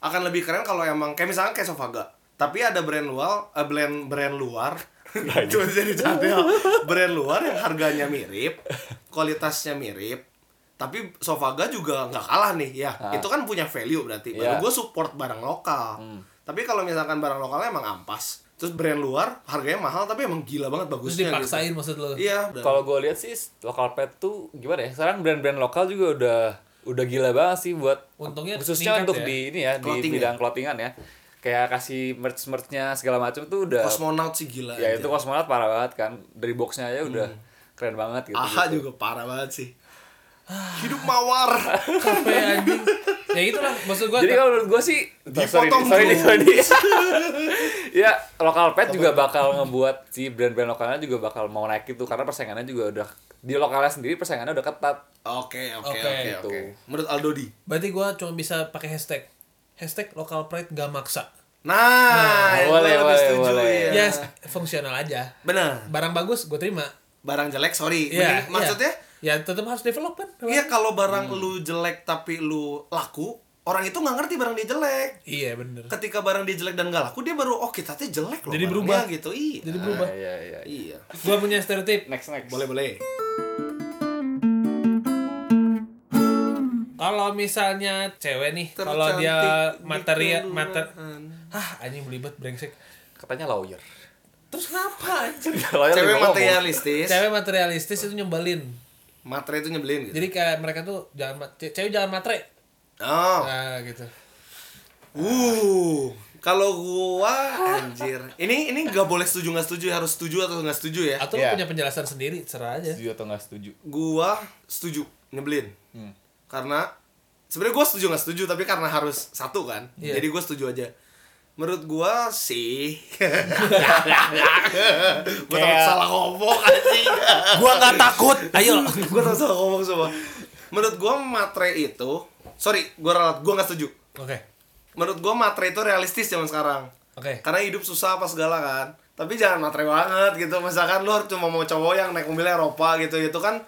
akan lebih keren kalau emang kayak misalkan kayak Sofaga tapi ada brand luar eh, brand brand luar
Nah,
[LAUGHS] cuma jadi cadel brand luar yang harganya mirip kualitasnya mirip tapi Sofaga juga nggak kalah nih ya itu kan punya value berarti
Nah. Iya. Hmm.
baru gue support barang lokal tapi kalau misalkan barang lokalnya emang ampas terus brand luar harganya mahal tapi emang gila banget
Terus
bagusnya
dipaksain maksud lo.
gitu. iya dan-
Kalau gue lihat sih lokal pet tuh gimana ya? Sekarang brand-brand lokal juga udah udah gila banget sih buat
Untungnya
khususnya
meningkat
untuk
ya.
di ini ya
Clothing
di bidang clothingan ya. Kayak kasih merch-merchnya segala macam tuh udah
kosmonaut sih gila
ya
anjir.
itu kosmonaut parah banget kan. Dari boxnya aja udah keren banget gitu.
aha juga parah banget sih hidup
[LAUGHS]
mawar
Capek anjing. Ya itulah maksud gua.
Jadi kalau menurut gue sih sorry,
Dipotong
sorry,
dulu.
sorry, [LAUGHS] ya lokal pet juga bakal ngebuat si brand-brand lokalnya juga bakal mau naik itu karena persaingannya juga udah di lokalnya sendiri persaingannya udah ketat
oke oke
Oke,
oke
itu.
oke menurut Aldo di
Berarti gua cuma bisa pakai hashtag. Hashtag local pride gak maksa.
nah, yang
boleh,
gua lebih
boleh,
setuju,
boleh.
ya.
Ya, s- fungsional aja.
benar
Barang bagus gue terima.
barang jelek sorry
Iya.
Mending- maksudnya
Ya, ya tetap harus develop kan.
Iya kalau
Hmm.
barang lu jelek tapi lu laku, orang itu nggak ngerti barang dia jelek.
Iya bener.
Kan
Ketika barang dia jelek dan nggak laku, dia baru oh kita teh jelek loh.
Jadi
barangnya,"
berubah.
gitu. Iya.
Jadi berubah.
Iya, iya, iya.
Iya.
Gua punya stereotip.
ya, Next next.
Boleh boleh.
Kalau misalnya cewek nih, kalau
Tercantik gitu
dia
di
material mater
kelurahan.
ah anjing belibet brengsek.
Katanya lawyer.
Terus kenapa anjing?
[LAUGHS] lawyer
Cewek
juga ngomong.
materialistis.
Cewek materialistis itu nyembalin.
Matre itu nyebelin gitu.
Jadi kayak mereka tuh jangan ma- ce- cewek jangan matre.
Oh.
Nah, gitu.
Uh. Kalau gua anjir. Ini ini nggak boleh setuju nggak setuju harus setuju atau nggak setuju ya.
Atau lu
Iya.
punya penjelasan sendiri, serah aja.
Iya.
Setuju atau nggak setuju?
Gua setuju nyebelin.
Hmm.
Karena sebenarnya gua setuju nggak setuju tapi karena harus satu kan.
Iya.
Jadi gua setuju aja. Menurut
[LAUGHS]
gua sih Gue takut
Kayak-
salah ngomong anjing
gua nggak takut. [LAUGHS] Ayo.
Gue takut salah ngomong semua Menurut gua matre itu Sorry, gua ralat, gua gak setuju
Oke.
Menurut gua matre itu realistis zaman sekarang
Oke.
Karena hidup susah apa segala kan Tapi jangan matre banget gitu Misalkan lu cuma mau cowok yang naik mobil Eropa gitu Itu kan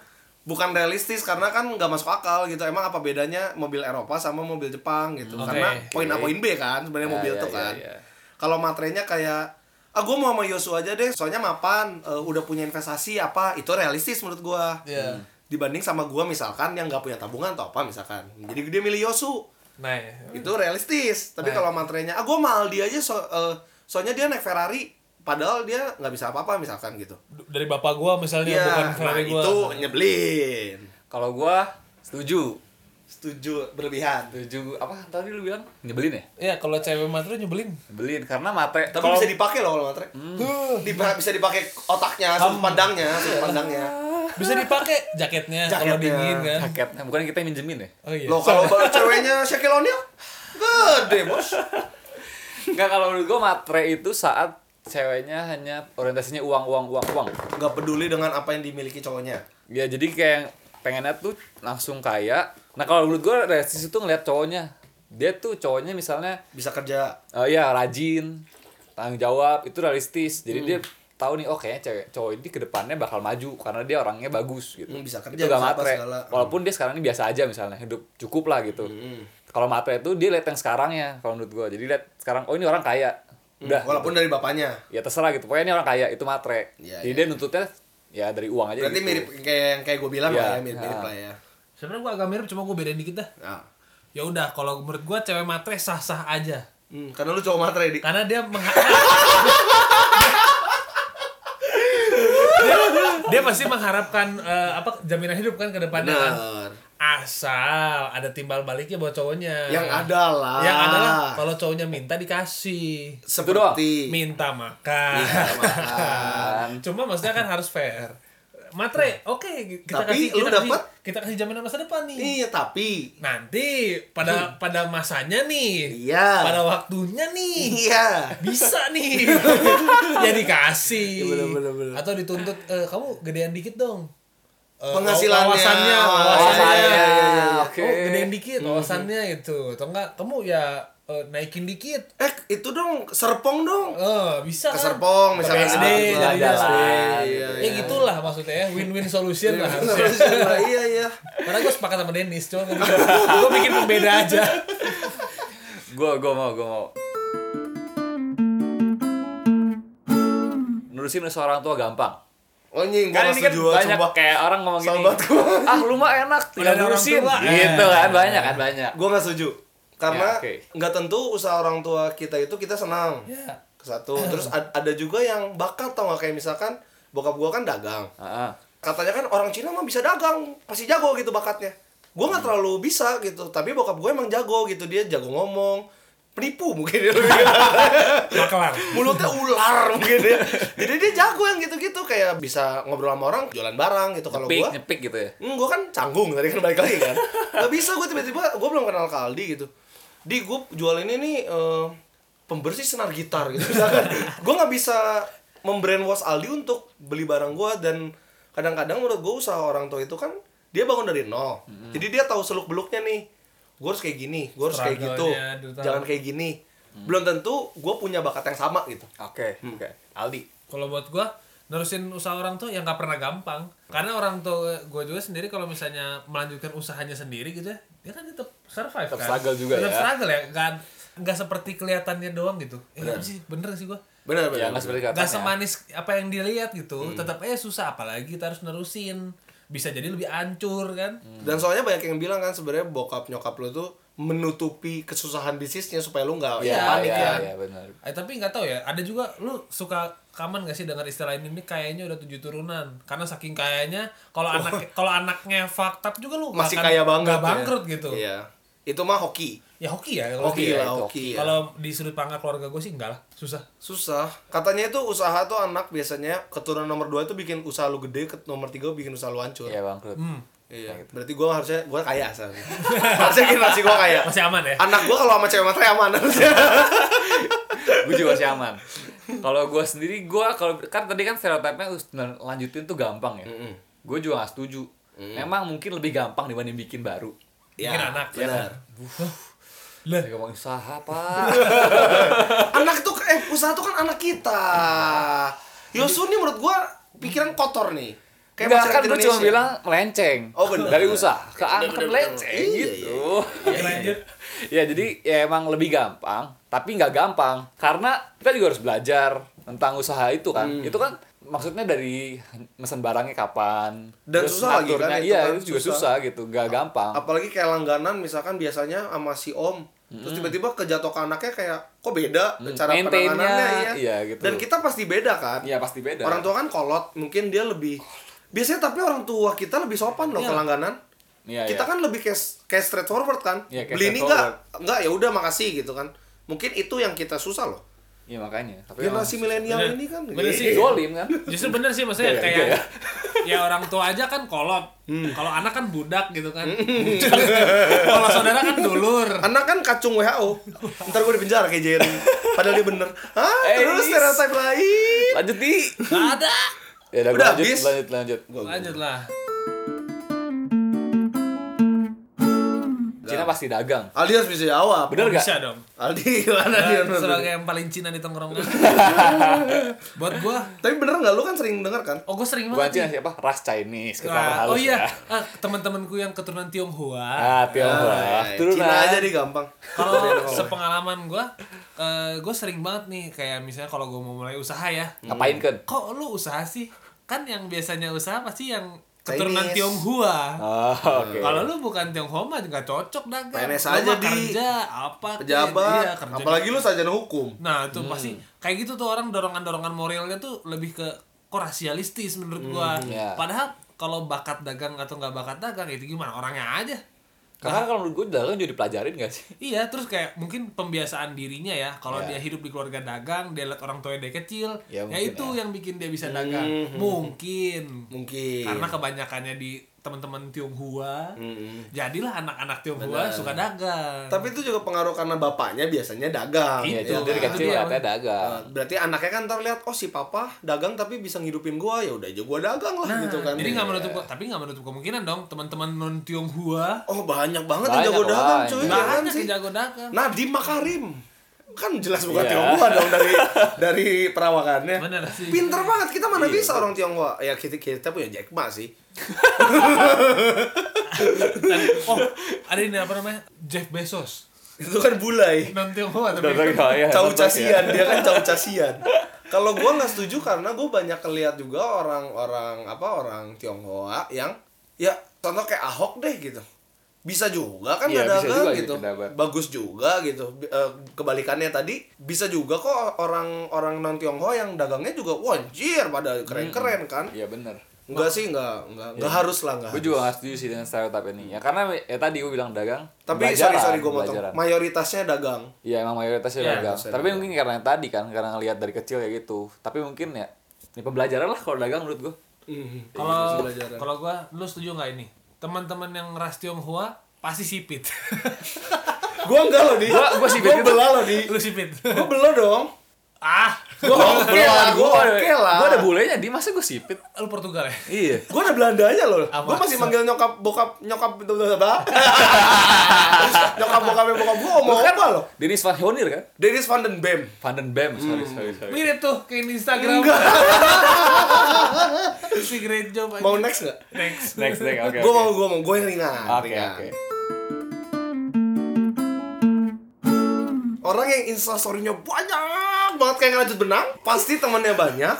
bukan realistis karena kan nggak masuk akal gitu emang apa bedanya mobil Eropa sama mobil Jepang gitu
Hmm,
karena
oke.
poin A poin B kan sebenarnya
Ya,
mobil
ya,
tuh
ya,
kan
ya.
kalau materainya kayak ah gue mau sama Yosu aja deh soalnya mapan eh, udah punya investasi apa itu realistis menurut gua
Iya.
dibanding sama gua misalkan yang nggak punya tabungan atau apa misalkan jadi dia milih Yosu
Nah, ya.
itu realistis tapi
Nah.
kalau materainya ah gue mal dia aja so- eh, soalnya dia naik Ferrari padahal dia nggak bisa apa-apa misalkan gitu
D- dari bapak gua misalnya Oh, bukan
Iya, nah
Ferrari gua.
itu nyebelin
Kalau gua setuju.
setuju
Ya.
berlebihan
Setuju apa tadi lu bilang? Nyebelin ya?
Iya, kalau cewek matre nyebelin.
Nyebelin karena matre.
tapi
kalau-
bisa dipakai loh kalau materai Dipa- bisa dipakai otaknya sudut pandangnya sudut pandangnya
Bisa dipakai jaketnya, kalau
Jaketnya.
dingin kan.
jaketnya bukan kita yang minjemin ya?
Oh iya.
Loh kalau kalau ceweknya Shaquille O'Neal gede bos.
Enggak kalau menurut gua matre itu saat ceweknya hanya orientasinya uang uang uang uang.
Gak peduli dengan apa yang dimiliki cowoknya.
Ya jadi kayak yang pengennya tuh langsung kaya. Nah kalau menurut gua realistis itu ngeliat cowoknya. Dia tuh cowoknya misalnya
Bisa kerja.
eh ya rajin, tanggung jawab, itu realistis.
Hmm.
Jadi dia tahu nih, oh kayaknya cewek cowok ini kedepannya bakal maju karena dia orangnya bagus gitu.
Hmm, bisa kerja,
itu gak
bisa apa
matre.
segala.
Walaupun dia sekarang ini biasa aja misalnya, hidup cukup lah gitu.
Hmm.
Kalau matre itu dia lihat yang sekarangnya kalau menurut gua. Jadi lihat sekarang, oh ini orang kaya. Udah.
Walaupun dari bapaknya.
Ya terserah gitu. Pokoknya ini orang kaya, itu matre.
Iya,
Jadi
iya.
dia nuntutnya ya dari uang aja
Berarti
gitu.
mirip kayak yang kayak gue bilang
Iya,
lah ya, mirip-mirip
iya.
lah ya.
Sebenarnya gua agak mirip cuma gua bedain dikit dah.
Nah.
Ya udah, kalau menurut gua cewek matre sah-sah aja.
Hmm, karena lu cowok matre di.
Karena dia mengha- [LAUGHS] dia, dia pasti mengharapkan eh, apa jaminan hidup kan ke depannya. kan.
Benar.
Asal ada timbal baliknya buat
Eh,
cowoknya.
Yang adalah.
Yang adalah kalau cowoknya minta dikasih.
seperti
Minta makan.
makan.
[LAUGHS]
Hmm.
Cuma maksudnya kan harus fair. Matre, oke kita kasih
Tapi lu
kita kasih-
dapet?
kita kasih jaminan masa depan nih.
Iya tapi.
Nanti pada pada masanya nih.
Iya.
Pada waktunya nih
Iya.
bisa
[LAUGHS]
nih ya dikasih
Iya, bener, bener, bener.
atau dituntut "Eh, kamu gedean dikit dong Eh,
Penghasilannya.
wawasannya
Oh,
wawasannya
iya, iya, iya, iya.
Oke.
oh, gedean dikit wawasannya gitu atau enggak kamu ya eh, naikin dikit
Eh itu dong serpong dong.
eh bisa kan
Ke Serpong misalnya.
Ke SD
gitu.
jadi
jalan.
SD.
Iya,
gitu
ya gitulah maksudnya ya win-win solution lah harusnya
Iya iya.
karena gue sepakat sama Dennis cuma gue bikin, gua bikin pembeda
[LAUGHS]
aja
Gua gua mau, gua mau. Nurusin suara orang tua gampang.
Oh nying,
kan
gua
ini
gak
kan
setuju
banyak
sumpah.
kayak orang ngomong gini
Sobat
[LAUGHS]
gua.
ah lu mah enak
Udah ada
tinggal
orang
ngurusin
tua.
gitu
Eh.
kan banyak kan banyak
Gue gak setuju. Karena
Ya, oke.
nggak tentu usaha orang tua kita itu kita senang.
ya
ke satu terus ad- ada juga yang bakat tau gak kayak misalkan bokap gua kan dagang
Ah, ah.
katanya kan orang Cina mah bisa dagang pasti jago gitu bakatnya gue nggak terlalu bisa gitu tapi bokap gue emang jago gitu dia jago ngomong penipu mungkin dia lebih
Makelar.
mulutnya ular mungkin ya jadi dia jago yang gitu-gitu kayak bisa ngobrol sama orang jualan barang gitu kalau
Nyepik,
gue
nyepik gitu ya.
Hmm, gue kan canggung tadi kan balik lagi kan. Gak bisa gue tiba-tiba, gue belum kenal Kaldi gitu. Di gue jual ini nih eh, pembersih senar gitar gitu. Misalkan gue nggak bisa membrandwash Aldi untuk beli barang gue dan kadang-kadang menurut gue usaha orang tua itu kan dia bangun dari nol.
Hmm.
Jadi dia tahu seluk beluknya nih. Gue harus kayak gini, gue harus kayak gitu,
Struggle-nya dulu tahu.
jangan kayak gini.
Hmm.
Belum tentu gue punya bakat yang sama gitu.
Oke, oke. Aldi.
Kalau buat gua nerusin usaha orang tuh yang nggak pernah gampang. Karena orang tuh gua juga sendiri kalau misalnya melanjutkan usahanya sendiri gitu ya, dia kan tetap survive
Tetap
kan.
struggle juga
tetap
ya.
struggle ya, nggak nggak seperti kelihatannya doang gitu. Eh, apa sih bener sih gua.
Bener
Ya
bener.
nggak seperti
Gak
kata.
semanis apa yang dilihat gitu,
Hmm.
tetap eh susah apalagi kita harus nerusin. Bisa jadi lebih ancur
Hmm.
kan.
Dan soalnya banyak yang bilang kan sebenarnya bokap nyokap lu tuh menutupi kesusahan bisnisnya supaya lu nggak
Iya,
panik
iya,
ya.
iya, benar.
Eh tapi nggak tahu ya, ada juga lu suka kaman gak sih dengar istilah ini ini kayaknya udah tujuh turunan. Karena saking kayanya kalau anak kalau anaknya fucked up juga lu nggak
Masih
akan-
kaya banget.
nggak
ya.
bangkrut gitu.
Iya. Itu mah hoki.
Ya hoki ya kalau
Hoki
hoki.
lah,
itu
hoki. ya.
Kalau di sudut pandang keluarga gue sih enggak lah, susah.
susah. Katanya itu usaha tuh anak biasanya keturunan nomor 2 itu bikin usaha lu gede, ke nomor 3 bikin usaha lu hancur.
Iya, bangkrut.
Iya. Berarti gua harusnya gua kaya seharusnya. [LAUGHS] harusnya generasi gua kaya.
Masih aman ya?
Anak gua kalau sama cewek matre aman
[LAUGHS]
harusnya.
gue juga masih aman kalau gue sendiri gue kalau kan tadi kan stereotipnya "Us, bener, lanjutin tuh gampang ya gue juga gak setuju memang mungkin lebih gampang dibanding bikin baru
Iya.
Bikin anak. ya.
Benar.
Lah,
Gak mau usaha pak
[LAUGHS] anak tuh eh usaha tuh kan anak kita. Yosun nih menurut gua pikiran kotor nih.
Enggak
masyarakat
kan gue cuma
Indonesia.
bilang melenceng
Oh, bener.
Dari usaha ke anak
bener,
melenceng
bener. Iya,
gitu [LAUGHS]
lanjut.
Ya jadi ya emang lebih gampang Tapi nggak gampang Karena kita juga harus belajar Tentang usaha itu kan
Hmm.
Itu kan maksudnya dari mesen barangnya kapan
Dan
terus
susah lagi kan,
ngaturnya,
itu
Iya
kan
itu juga
susah.
susah, gitu Nggak gampang
apalagi kayak langganan misalkan biasanya sama si om terus tiba-tiba kejatuh ke anaknya kayak kok beda
Hmm,
cara
maintain-nya,
penanganannya ya
iya, gitu.
dan kita pasti beda kan
Iya pasti beda
orang tua kan kolot mungkin dia lebih biasanya tapi orang tua kita lebih sopan loh ke langganan
Iya,
kita
iya.
kan lebih kayak kayak straightforward kan
Iya, kayak
beli ini
straightforward.
enggak enggak ya udah makasih gitu kan mungkin itu yang kita susah loh
Iya makanya. Tapi
generasi milenial
Bener.
ini kan
Bener sih.
emang-
Iya.
zolim kan.
Justru bener sih maksudnya
Iya,
kayak
iya.
ya orang tua aja kan kolot.
Hmm.
Kalau anak kan budak gitu kan. kalau saudara kan dulur.
Anak kan kacung WHO. Ntar gue di penjara kayak Jerry. Padahal dia bener. Ah,
Eh,
terus
is.
stereotip lain.
Lanjut di.
Nggak ada.
Ya udah,
Udah
lanjut,
habis?
lanjut lanjut.
Lanjut lah.
Cina pasti dagang.
Aldi harus bisa jawab.
Bener gak?
Bisa dong.
Aldi [LAUGHS] gimana dia?
Dan sebagai Iya, yang paling Cina di tongkrongan. Buat gua,
Tapi bener gak lu kan sering denger kan?
oh gua sering
Bukan
banget.
Cina
nih.
siapa? Ras Chinese. Kita
Wah,
halus
oh iya,
ya.
ah, teman-temanku yang keturunan Tionghoa.
Ah, Tionghoa. kan?
Ah,
Turunan.
Cina
kan?
aja deh gampang.
Kalau sepengalaman gua, eh gua sering banget nih kayak misalnya kalau gua mau mulai usaha ya.
Ngapain kan?
Kok lu usaha sih? Kan yang biasanya usaha pasti yang keturunan
Chinese.
Tionghoa.
Oh,
Hmm.
oke.
Kalau lu bukan Tionghoa mah nggak cocok dagang.
PNS
Lu
aja,
mah
Di.
kerja apa kek.
Pejabat,
Iya, kerja
apalagi lu sarjana hukum.
Nah, itu pasti kayak gitu tuh orang dorongan-dorongan moralnya tuh lebih ke kok rasialistis menurut gua.
iya.
Padahal kalau bakat dagang atau nggak bakat dagang itu gimana orangnya aja.
Karena kalau menurut gue dagang juga dipelajarin gak sih?
Iya, terus kayak mungkin pembiasaan dirinya ya. Kalau dia hidup di keluarga dagang, dia lihat orang tuanya dia kecil, ya,
Ya, mungkin
itu yang bikin dia bisa dagang. Mungkin.
Mungkin.
Karena kebanyakannya di teman-teman Tionghoa.
Hmm.
Jadilah anak-anak Tionghoa suka dagang.
Tapi itu juga pengaruh karena bapaknya biasanya dagang.
Iya,
ya
itu
Dari
kan?
kecil
dia.
katanya dagang.
Nah, Berarti anaknya kan ntar lihat, oh si papa dagang tapi bisa ngidupin gua, ya udah aja gua dagang lah gitu kan.
Nah, Jadi nggak menutup tapi nggak menutup kemungkinan dong teman-teman non Tionghoa
Oh banyak banget
Banyak,
yang jago dagang
wah,
cuy. ya
ini.
kan
iya. Banyak
sih?
yang jago dagang.
Nadiem Makarim kan jelas bukan
Iya.
Tionghoa dong dari dari perawakannya.
Bener sih.
Pinter banget kita mana bisa orang Tionghoa. Ya kita, kita punya Jack Ma sih.
oh, ada ini apa namanya? Jeff Bezos.
Itu kan bulai.
Non
Ah.
Tionghoa tapi.
Dagang ya.
Cau casian dia
[LAUGHS]
kan cau casian. Kalau gua nggak setuju karena gua banyak keliat juga orang-orang apa orang Tionghoa yang ya contoh kayak Ahok deh gitu. bisa juga kan
Iya,
ada
bisa juga
gitu
pendapat.
bagus juga gitu B- eh, kebalikannya tadi bisa juga kok orang orang non tionghoa yang dagangnya juga wah anjir pada keren keren kan
Iya bener
enggak sih enggak enggak enggak harus lah enggak
Gue Iya. juga gak setuju sih dengan stereotip ini. Ya karena ya tadi gue bilang dagang.
tapi
pembelajaran,
sorry sorry gue motong
pembelajaran.
mayoritasnya dagang
Iya emang mayoritasnya
Iya,
dagang.
mayoritasnya
Tapi mungkin karena yang tadi kan, karena ngelihat dari kecil ya gitu. Tapi mungkin ya, ini pembelajaran lah kalau dagang menurut gue.
Mhm.
Kalau
pembelajaran.
kalau gua lu setuju nggak ini? Teman-teman yang ras Tionghoa pasti sipit.
gue enggak loh di
Gua gua sih
gue bela loh
[LAUGHS]
di
[LAUGHS] lu sipit.
gue bela dong
ah,
gue oke lah gue oke lah
Gue ada bulenya, di masa gue sipit.
lu Portugal ya?
Iya.
Gue ada Belandanya loh.
Apa?
Gue masih manggil nyokap bokap nyokap apa?
[LAUGHS]
nyokap bokapnya bokap gue omong
kan
apa loh?
Dennis Van Honir kan?
Dennis Van den Bem.
Van den Bem, sorry, sorry, sorry.
Mirip tuh kayak di Instagram. [LAUGHS] si great job aja.
Mau next nggak?
Next.
Next, next, oke,
Gue
oke.
mau gue mau gue yang ringan.
Oke,
ringan.
oke.
Orang yang instastorynya banyak banget kayak ngelajut benang, pasti temennya banyak,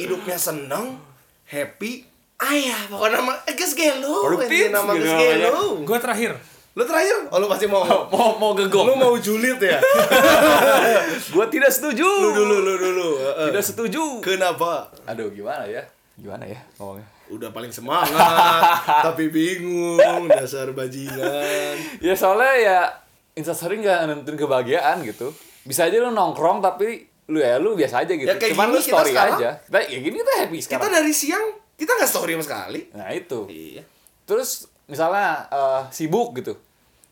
hidupnya seneng, happy, Ayah, pokoknya nama eh, Ges Gelo. Ini
Produktif,
nama Ges
gitu namanya.
Gelo.
Gua terakhir.
Lu terakhir? Oh, lu pasti mau.
Mau mau
Lu
gegong.
mau julid ya?
[LAUGHS] Gue tidak setuju.
Lu dulu, lu dulu. Eh, eh.
Tidak setuju.
Kenapa?
Aduh, gimana ya? Gimana ya ngomongnya?
udah paling
[LAUGHS]
semangat tapi bingung dasar bajingan
ya soalnya ya instastory nggak nentuin kebahagiaan gitu bisa aja lu nongkrong tapi lu ya lu biasa aja gitu
Ya, kayak
cuman
gini
lu
kita
story
sekarang.
aja kita ya gini kita happy
kita
sekarang
dari siang kita nggak story sama sekali
nah itu
iya
terus misalnya eh, sibuk gitu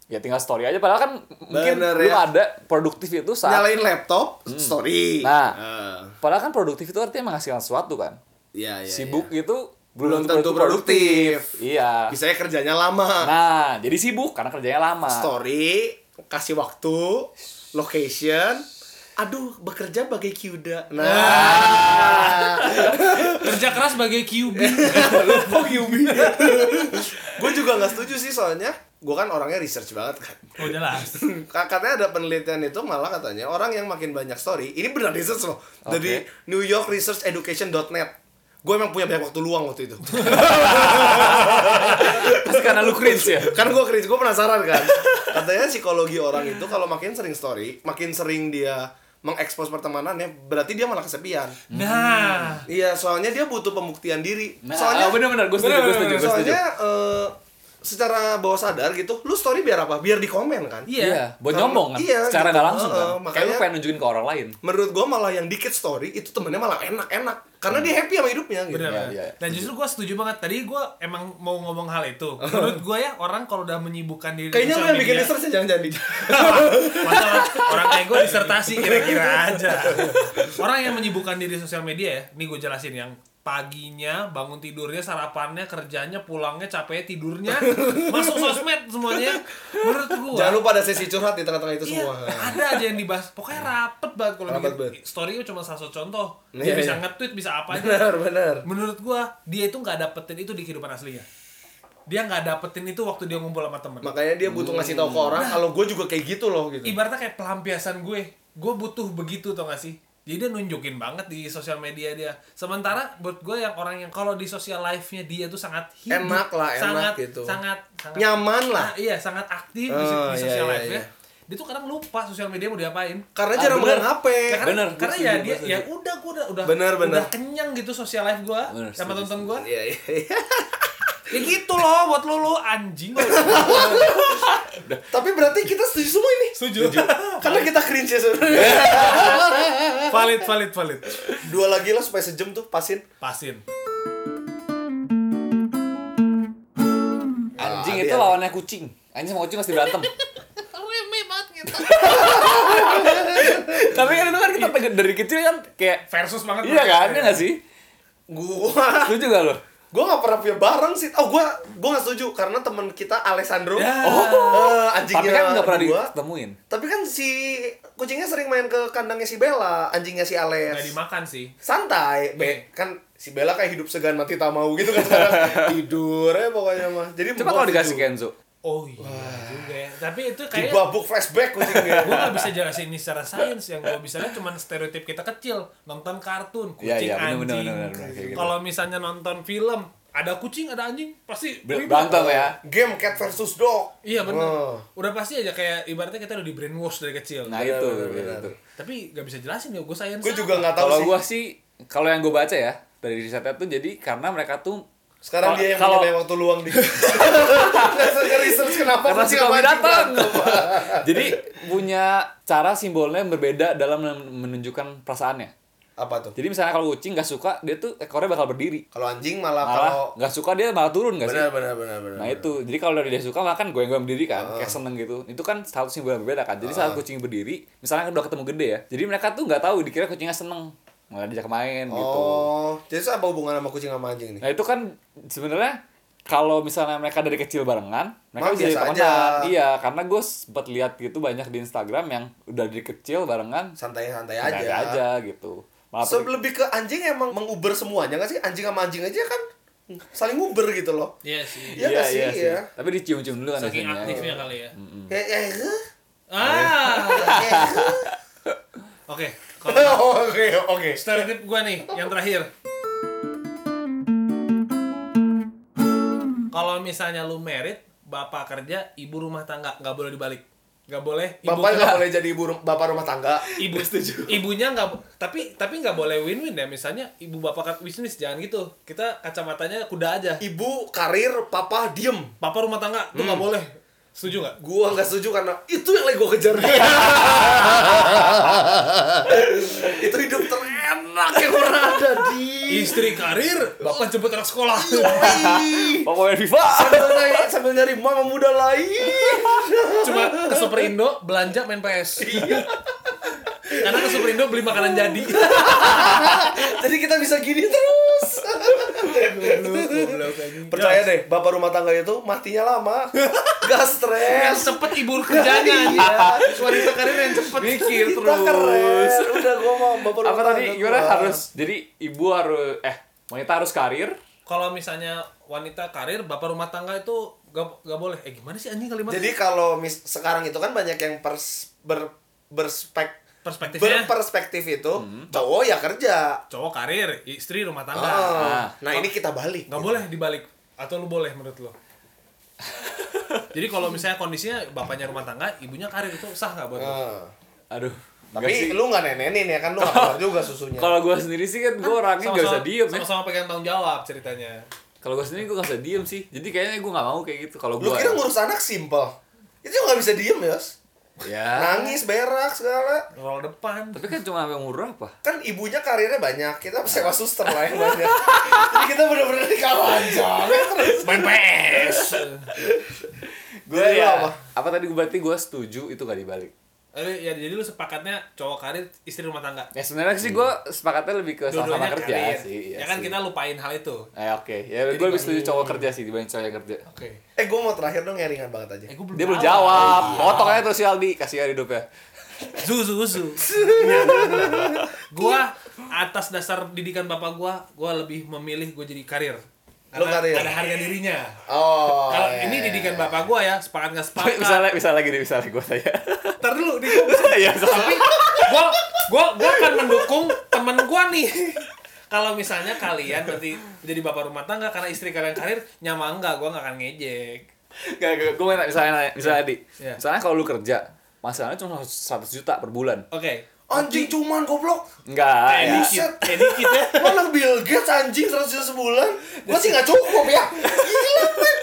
ya tinggal story aja padahal kan m- mungkin
Bener
lu
ya.
ada produktif itu saat
nyalain laptop story
Nah.
Eh,
padahal kan produktif itu artinya menghasilkan sesuatu kan
iya, iya,
sibuk
iya.
itu
Belum tentu produktif.
iya
bisanya kerjanya lama
nah jadi sibuk karena kerjanya lama
story kasih waktu location aduh bekerja bagai kuda nah
Kerja keras sebagai QB.
lupa QB gue juga nggak setuju sih soalnya gue kan orangnya research banget kan
Oh jelas.
[LAUGHS] Ka- katanya ada penelitian itu malah katanya orang yang makin banyak story ini benar research loh dari New York Research Education.net gue emang punya banyak waktu luang waktu itu [LAUGHS]
pasti karena lu cringe ya
kan gue kritis gue penasaran kan katanya psikologi orang itu kalau makin sering story makin sering dia mengekspos pertemanannya berarti dia malah kesepian
Nah,
iya soalnya dia butuh pembuktian diri
nah,
soalnya
bener-bener gue setuju gue setuju gue setuju
soalnya eh, secara bawah sadar gitu lu story biar apa biar dikomen kan
iya.
Iya, buat
Karena-
nyombong kan.
iya,
Secara
gitu.
nggak langsung
Heeh,
kan. Kayak lu
makanya-
pengen nunjukin ke orang lain.
menurut gue malah yang dikit story itu temennya malah enak-enak karena dia happy sama hidupnya gitu
Bener.
Iya,
bener.
iya.
Dan justru gue setuju banget tadi gue emang mau ngomong hal
[LAUGHS]
itu. Menurut gue ya orang kalau udah menyibukkan diri di
kayaknya
sosial
lu yang bikin
media-
research jangan jadi
[LAUGHS] Masalah orang kayak gue disertasi kira-kira aja. Orang yang menyibukkan diri sosial media ya, nih gue jelasin yang paginya bangun tidurnya sarapannya kerjanya pulangnya capeknya
[LAUGHS]
tidurnya masuk sosmed semuanya menurut gue
jangan lupa ada sesi curhat di tengah-tengah itu
Iya, [LAUGHS]
semua
ada aja yang dibahas. Pokoknya rapet banget kalau
Rapet
bikin
banget.
story cuma salah satu contoh.
Iya,
Dia bisa
iya.
nge-tweet, bisa apa aja.
benar benar
Menurut gua, dia itu nggak dapetin itu di kehidupan aslinya. Dia nggak dapetin itu waktu dia ngumpul sama temen.
makanya dia butuh ngasih tahu ke orang kalau gue juga kayak gitu loh gitu
Ibaratnya kayak pelampiasan gue. Gue butuh begitu tau gak sih? Jadi dia nunjukin banget di sosial media dia. Sementara buat gue yang orang yang kalau di social life-nya dia tuh sangat hidup,
Enak lah, enak
sangat,
gitu.
Sangat, sangat
nyaman lah
Ah, iya, sangat aktif di,
Oh,
di
iya,
social
iya,
life-nya.
iya.
Dia tuh kadang lupa sosial media mau diapain.
karena
Ah,
jarang
benar.
megang HP
Ya, karena,
Bener, gua
karena ya
setuju, gua
dia
setuju.
ya udah gua udah udah,
Bener, bener.
udah kenyang gitu social life gua
Bener,
sama
setuju,
tonton gua
iya iya iya.
ya gitu loh buat lu lu anjing
tapi berarti kita setuju semua ini
setuju
karena kita cringe ya sebenarnya
valid valid valid
dua lagi lah supaya sejam tuh pasin
pasin
Anjing
Ah,
itu
dia-
lawannya kucing. Anjing sama kucing pasti berantem. [LAUGHS] Tapi kan itu kan kita pengen dari kecil kan kayak
versus banget
iya kan ya nggak sih?
gua
Setuju gak lo?
gue gak pernah punya barang sih oh gue gue gak setuju karena teman kita Alessandro
Ya.
eh, anjingnya
Tapi kan nggak pernah
gua.
ditemuin.
tapi kan si kucingnya sering main ke kandangnya si Bella anjingnya si Ales
nggak dimakan Iya. sih
santai be kan si Bella kayak hidup segan mati tak mau gitu kan
[LAUGHS]
sekarang tidur ya pokoknya mah jadi
Coba
gua
kalau dikasih
setuju.
Kenzo.
oh iya juga ya tapi itu kayak
dibabuk flashback kucingnya
gue gak bisa jelasin ini secara sains yang gue bisa lihat cuma stereotip kita kecil nonton kartun kucing
Iya, iya, bener, bener,
anjing
bener, bener, bener, kayak gitu.
kalau misalnya nonton film ada kucing ada anjing pasti
Ber-
ribut.
Berantem ya.
Game cat versus dog.
iya benar
Oh.
udah pasti aja kayak ibaratnya kita udah di brainwash dari kecil
Nah
Benar,
itu,
benar,
itu,
benar.
itu.
tapi gak bisa jelasin ya gue sayang
Gue juga nggak tahu
Kalau
sih.
gua sih, kalau yang gua baca ya dari risetnya tuh jadi karena mereka tuh
Sekarang
Kalau-
dia yang
kalau-
punya waktu luang
[LAUGHS]
di. Nggak research kenapa
karena
kucing
suka
sama anjing
binatang.
berantem.
[LAUGHS] jadi punya cara simbolnya yang berbeda dalam men- menunjukkan perasaannya.
Apa tuh?
Jadi misalnya kalau kucing nggak suka, dia tuh ekornya bakal berdiri.
Kalau anjing malah kalau
Malah nggak suka dia malah turun nggak sih?
benar benar benar benar.
Nah itu, jadi kalau dari dia suka malah kan goyang-goyang berdiri kan, kayak seneng gitu. Itu kan satu simbol yang berbeda kan. Jadi saat kucing berdiri, misalnya udah ketemu gede ya, jadi mereka tuh nggak tahu dikira kucingnya seneng, malah diajak main gitu.
Oh, jadi itu apa hubungan sama kucing sama anjing nih?
Nah itu kan sebenarnya kalau misalnya mereka dari kecil barengan, mereka
Mah,
bisa jadi
biasa
temenan.
aja.
Iya, karena gue sempat lihat gitu banyak di Instagram yang udah dari kecil barengan,
Santai-santai
ada
aja.
aja gitu. Malah
So, lebih ke anjing emang menguber semuanya nggak sih? Anjing sama anjing aja kan saling nguber gitu loh.
iya sih
Iya nggak sih? Iya.
Tapi dicium-cium dulu kan
saking
biasanya.
aktifnya kali ya
Ya, ya, eh.
ah oke
[LAUGHS]
kalau
Oke, oke.
stereotip gue nih yang terakhir kalau misalnya lu merit bapak kerja ibu rumah tangga nggak boleh dibalik nggak boleh ibu
Bapak nggak
kerja.
boleh jadi ibu rum- bapak rumah tangga.
ibu setuju ibunya nggak tapi tapi nggak boleh win win ya misalnya ibu bapak ker- bisnis jangan gitu kita kacamatanya kuda aja
Ibu karir, papa diem.
papa rumah tangga tuh
Hmm.
nggak boleh setuju nggak
Gua nggak setuju karena itu yang lagi gua kejar. [LAUGHS] itu hidup terenak yang pernah ada di.
istri karir bapak jemput anak sekolah
Iya.
Pokoknya Viva.
sambil nyari, sambil nyari mama muda lain.
cuma ke Superindo belanja main PS karena ke Superindo beli makanan jadi
Jadi kita bisa gini terus. Percaya
Iya.
deh, bapak rumah tangga itu matinya
[LAUGHS]
lama. Gak
yang
stres.
cepet ibu kerjanya
Iya.
wanita karir yang cepet
Mikir
Kita
terus.
keren. Udah gua mau bapak
Apa
rumah tangga.
tadi gimana
keluar.
harus jadi ibu harus eh wanita harus karir.
kalau misalnya wanita karir bapak rumah tangga itu gak, gak boleh eh gimana sih anjing kalimatnya
Jadi kalau mis sekarang itu kan banyak yang pers ber berspek
ya.
perspektifnya
berperspektif itu
Hmm.
cowok ya kerja.
cowok karir istri rumah
Ah.
tangga
Ah.
Nah, ini kita balik.
nggak boleh dibalik atau lu boleh menurut lo
[LAUGHS]
jadi kalau misalnya kondisinya bapaknya rumah tangga ibunya karir itu sah nggak buat lo?
Ah.
Aduh. nggak sih.
Tapi lu nggak nenenin ya kan lu nggak
[LAUGHS]
keluar juga susunya.
kalau gue sendiri sih kan gue orangnya gak bisa
Sama-sama-
diem ya.
sama-sama pegang tanggung jawab ceritanya
Kalau gue sendiri gue gak bisa diem sih. Jadi kayaknya gue gak mau kayak gitu. Kalau gue
Lu kira ngurus anak simple? Itu nggak bisa diem ya.
ya.
Nangis, berak, segala.
roll depan
Tapi kan cuma sampai umur berapa?
Kan ibunya karirnya banyak, kita
Nah.
sewa suster lah yang banyak. Jadi kita bener-bener di kalanjang.
main PS
Gue
Iya,
Jadi
ya.
apa?
Apa? tadi gua- berarti gue setuju itu gak dibalik.
Eh, ya jadi lu sepakatnya cowok karir istri rumah tangga
Ya sebenarnya sih gue sepakatnya lebih ke sama-sama kerja sih.
ya,
iya
kan
sih.
kita lupain hal itu
Eh oke, ya gue lebih setuju cowok kerja sih dibanding cowok yang kerja.
oke
Eh, gue mau terakhir dong yang ringan banget aja.
eh, gua belum
Dia belum
tahu.
jawab. Potong aja terus si Aldi, ya. kasih hari hidupnya.
zu zu zu Iya. gua atas dasar didikan bapak gua gua lebih memilih gua jadi karir
Lu
Karena
karir?
ada harga dirinya
Oh.
kalau
iya,
ini
iya,
didikan
iya.
bapak gua ya sepakat nggak sepakat
misalnya, misalnya gini, misalnya gue tanya.
ntar dulu di
[LAUGHS] ya, soalnya.
tapi gua gua gua akan mendukung temen gua nih kalau misalnya kalian nanti jadi bapak rumah tangga karena istri kalian karir nyama enggak gua nggak akan ngejek
Gak, gak, gue minta misalnya, nanya, misalnya Aldi.
Iya.
Misalnya kalau lu kerja, masalahnya cuma 100 juta per bulan.
oke
Anjing cuman goblok.
Enggak.
kayak
ya.
dikit kayak dikit ya
Mana Bill Gates anjing 100 juta sebulan? Gua sih nggak cukup ya. Gila, men.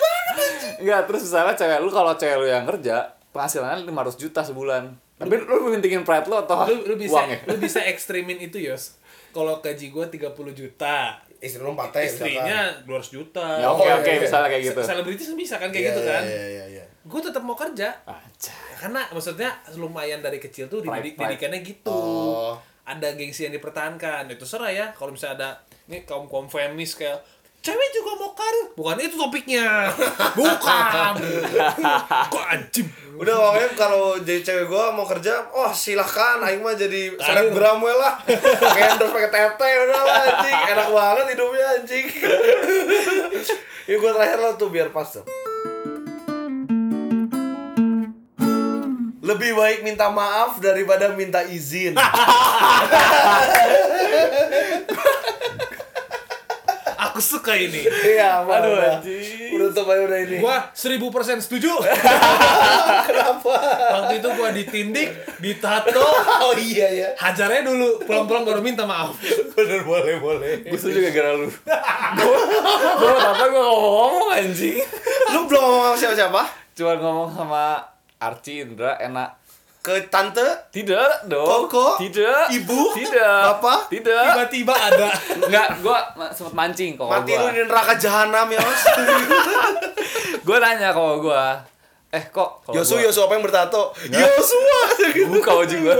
Enggak, terus misalnya cewek lu kalau cewek lu yang kerja, penghasilannya 500 juta sebulan. Tapi lu pentingin pride lu atau
lu, lu bisa
uangnya?
lu bisa ekstrimin itu yos kalau gaji gua 30 juta
Istri lu 4 teh.
istrinya 200 juta
Iya, Ya oke
Oh,
oke,
iya, iya.
misalnya kayak gitu.
Se- selebritis kan bisa kan kayak gitu kan
Iya, iya, iya.
gua tetap mau kerja
Anjay.
karena maksudnya lumayan dari kecil tuh
Pride,
dididik,
pride.
didikannya gitu
Oh.
ada gengsi yang dipertahankan itu serah ya kalau misalnya ada ini kaum kaum feminis kayak cewek juga mau karir bukan itu topiknya bukan kok anjing
Udah pokoknya kalau jadi cewek gua mau kerja, oh silahkan aing mah jadi
Karir.
selebgram we lah. Kayak endorse pakai tete udah lah anjing, enak banget hidupnya anjing. ya gua terakhir lah tuh biar pas tuh. Lebih baik minta maaf daripada minta [LAUGHS] izin.
ah aku suka ini
Iya, apa
Aduh,
udah.
anjing.
Penutup aja udah ini.
gua seribu persen setuju
Kenapa?
waktu itu gua ditindik ditato
Oh iya ya.
hajarnya dulu pulang-pulang baru minta maaf
Bener boleh boleh.
Gue setuju gara-gara
[LAUGHS]
lu. Gue mau apa gue ngomong anjing.
Lu belum ngomong sama siapa-siapa?
Cuman ngomong sama Arci Indra enak.
Ke tante,
Tidak dong.
Koko?
Tidak.
Ibu?
Tidak.
Bapak?
Tidak.
tiba-tiba ada
Enggak, gue sempet mancing kok
mati lu
gua.
di neraka jahanam ya mas.
Gue nanya kok gue. Eh kok kalau
Yosu
gua- Ya.
Yosu apa yang bertato? Yosua.
buka wajah gue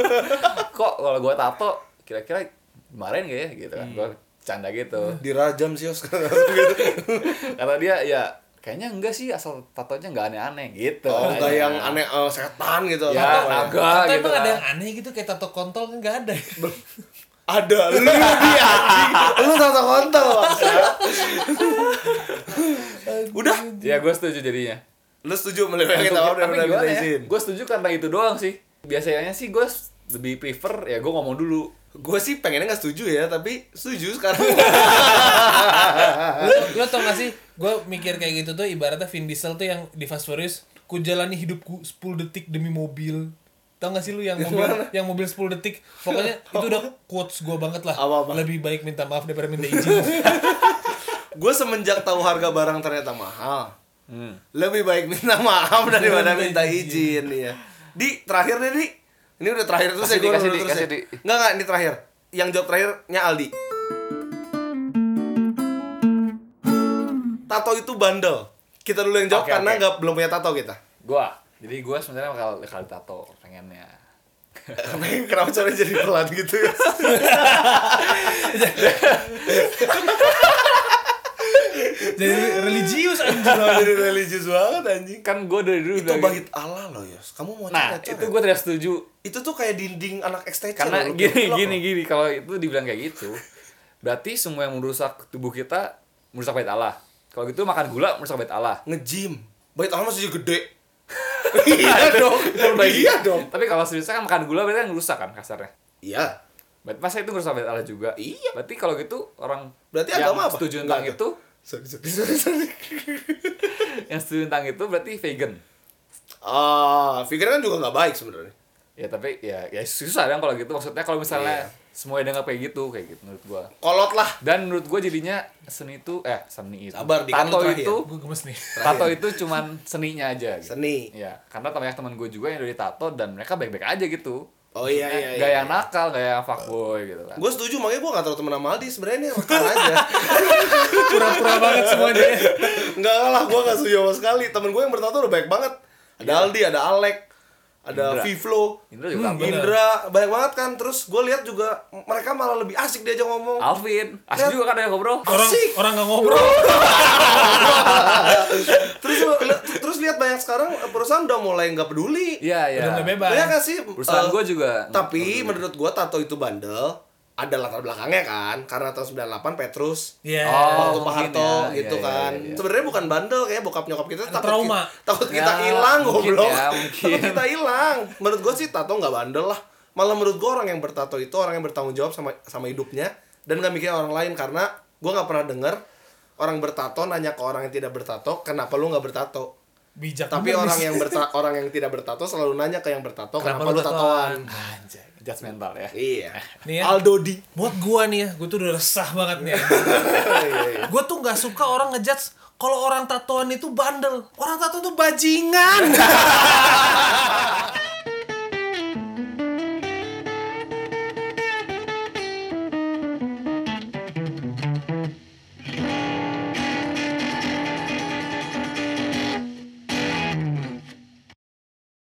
kok kalau gue tato kira-kira kemarin gak ya gitu
Hmm.
kan gue canda gitu
Dirajam sih Yos. [LAUGHS] Gitu.
[LAUGHS] kata dia ya kayaknya enggak sih asal tatonya nggak aneh-aneh gitu
Oh,
katanya.
nggak yang aneh eh, setan gitu. Apa
ya
ya?
naga
Tato
gitu
emang
kan
ada yang aneh gitu kayak tato kontol kan nggak ada
Ada
[LAUGHS]
lu dia. lu tato kontol bangsa. Udah.
ya gue setuju jadinya
Lu setuju melewati kita udah
tapi
udah
gimana
minta
ya
izin.
gue setuju karena itu doang sih biasanya sih gue lebih prefer ya gue ngomong dulu
Gue sih pengennya nggak setuju ya, tapi setuju
[LAUGHS]
sekarang.
lo, Eh, lo tau gak sih gue mikir kayak gitu tuh ibaratnya Vin Diesel tuh yang di Fast Furious ku jalani hidupku 10 detik demi mobil tau gak sih lu yang mobil yang mobil 10 detik
[LAUGHS]
pokoknya itu udah quotes gue banget lah
Apa-apa?
lebih baik minta maaf daripada minta
[LAUGHS]
izin
gue semenjak tahu harga barang ternyata mahal
Hmm.
lebih baik minta maaf
[LAUGHS]
daripada minta izin ya di terakhir nih di ini udah terakhir terus ya
Kasih Di,
gue
kasih
udah
Di,
terus
kasih
ya
Di.
nggak nggak ini terakhir yang jawab terakhirnya Aldi tato itu bandel kita dulu yang jawab
Oke,
karena
oke.
nggak belum punya tato kita
gue jadi gue sebenarnya bakal bakal tato pengennya
[LAUGHS] kenapa caranya jadi pelan gitu
[LAUGHS]
ya
jadi religius anjing
jadi religius banget anjing
kan gue dari dulu
itu Iya,
bilang
bait Allah loh Yos kamu mau
nah
cerita
itu gue tidak setuju
itu tuh kayak dinding anak extension
karena
loh, lu
gini
blok-blok
gini
loh.
gini kalau itu dibilang kayak gitu berarti semua yang merusak tubuh kita merusak bait Allah kalau gitu makan gula merusak bait Allah
nge-gym bait Allah masih
[LAUGHS]
gede iya dong iya dong
gitu. tapi kalau seriusnya kan makan gula berarti kan ngerusak kan kasarnya
iya
Berarti masa itu ngerusak bait Allah juga
Iya.
berarti kalau gitu orang
Berarti
yang
agama apa?
setuju
Nggak
tentang
ada.
itu
sorry sorry sorry sorry [LAUGHS]
yang setuju tentang itu berarti vegan
ah pikirnya kan juga nggak baik sebenarnya
ya tapi ya ya susah dong kalau gitu maksudnya kalau misalnya
Iya.
semuanya dengar kayak gitu kayak gitu menurut gua
kolot lah
dan menurut gua jadinya seni itu eh seni itu
Sabar, di kan lu
tato
terakhir.
itu
gue gemes nih
tato itu cuman seninya aja gitu.
seni
Ya, karena banyak teman gue juga yang udah ditato dan mereka baik-baik aja gitu.
oh iya iya
Gaya
iya
yang nakal, gaya yang fuckboy gitu kan.
gue setuju makanya gue gak tau temen sama Aldi sebenarnya ini rekan aja [LAUGHS]
pura-pura banget semuanya
Enggak lah gue gak setuju sama sekali temen gue yang bertato udah banyak banget ada Aldi ada Alek ada
Iya. Indra.
Vivlo
Indra juga
Hmm,
Alvin.
bener.
Indra banyak banget kan terus gue lihat juga mereka malah lebih asik diajak ngomong
Alvin, asli
Lihat.
juga kan ya bro.
orang
Asik.
orang gak ngobrol
terus li- terus lihat banyak sekarang eh, perusahaan udah mulai nggak peduli
Iya, iya.
udah mulai bebas
banyak kan sih
Perusahaan
eh,
gue juga. iya,
tapi menurut gua tato itu bandel ada latar belakangnya kan karena tahun 98 Petrus
Iya.
Oh,
waktu Pak
mungkin
Harto
ya.
gitu
Iya, iya,
kan
iya, iya.
sebenarnya bukan bandel kayak bokap nyokap kita takut
trauma.
kita, takut kita
Ya,
hilang
mungkin
goblok
ya,
[LAUGHS]
mungkin.
takut kita hilang menurut gua sih tato nggak bandel lah malah menurut gua orang yang bertato itu orang yang bertanggung jawab sama sama hidupnya dan nggak mikirin orang lain karena gua nggak pernah denger orang bertato nanya ke orang yang tidak bertato kenapa lu nggak bertato
bijak
tapi
juga
orang
nih.
yang berta orang yang tidak bertato selalu nanya ke yang bertato kenapa,
Kenapa
lu
lu
tatoan
Anjay, judgmental ya.
iya
Nih ya.
Aldo di
buat gua nih ya gua tuh udah resah banget nih gue tuh nggak suka orang ngejudge kalau orang tatoan itu bandel orang tatoan tuh bajingan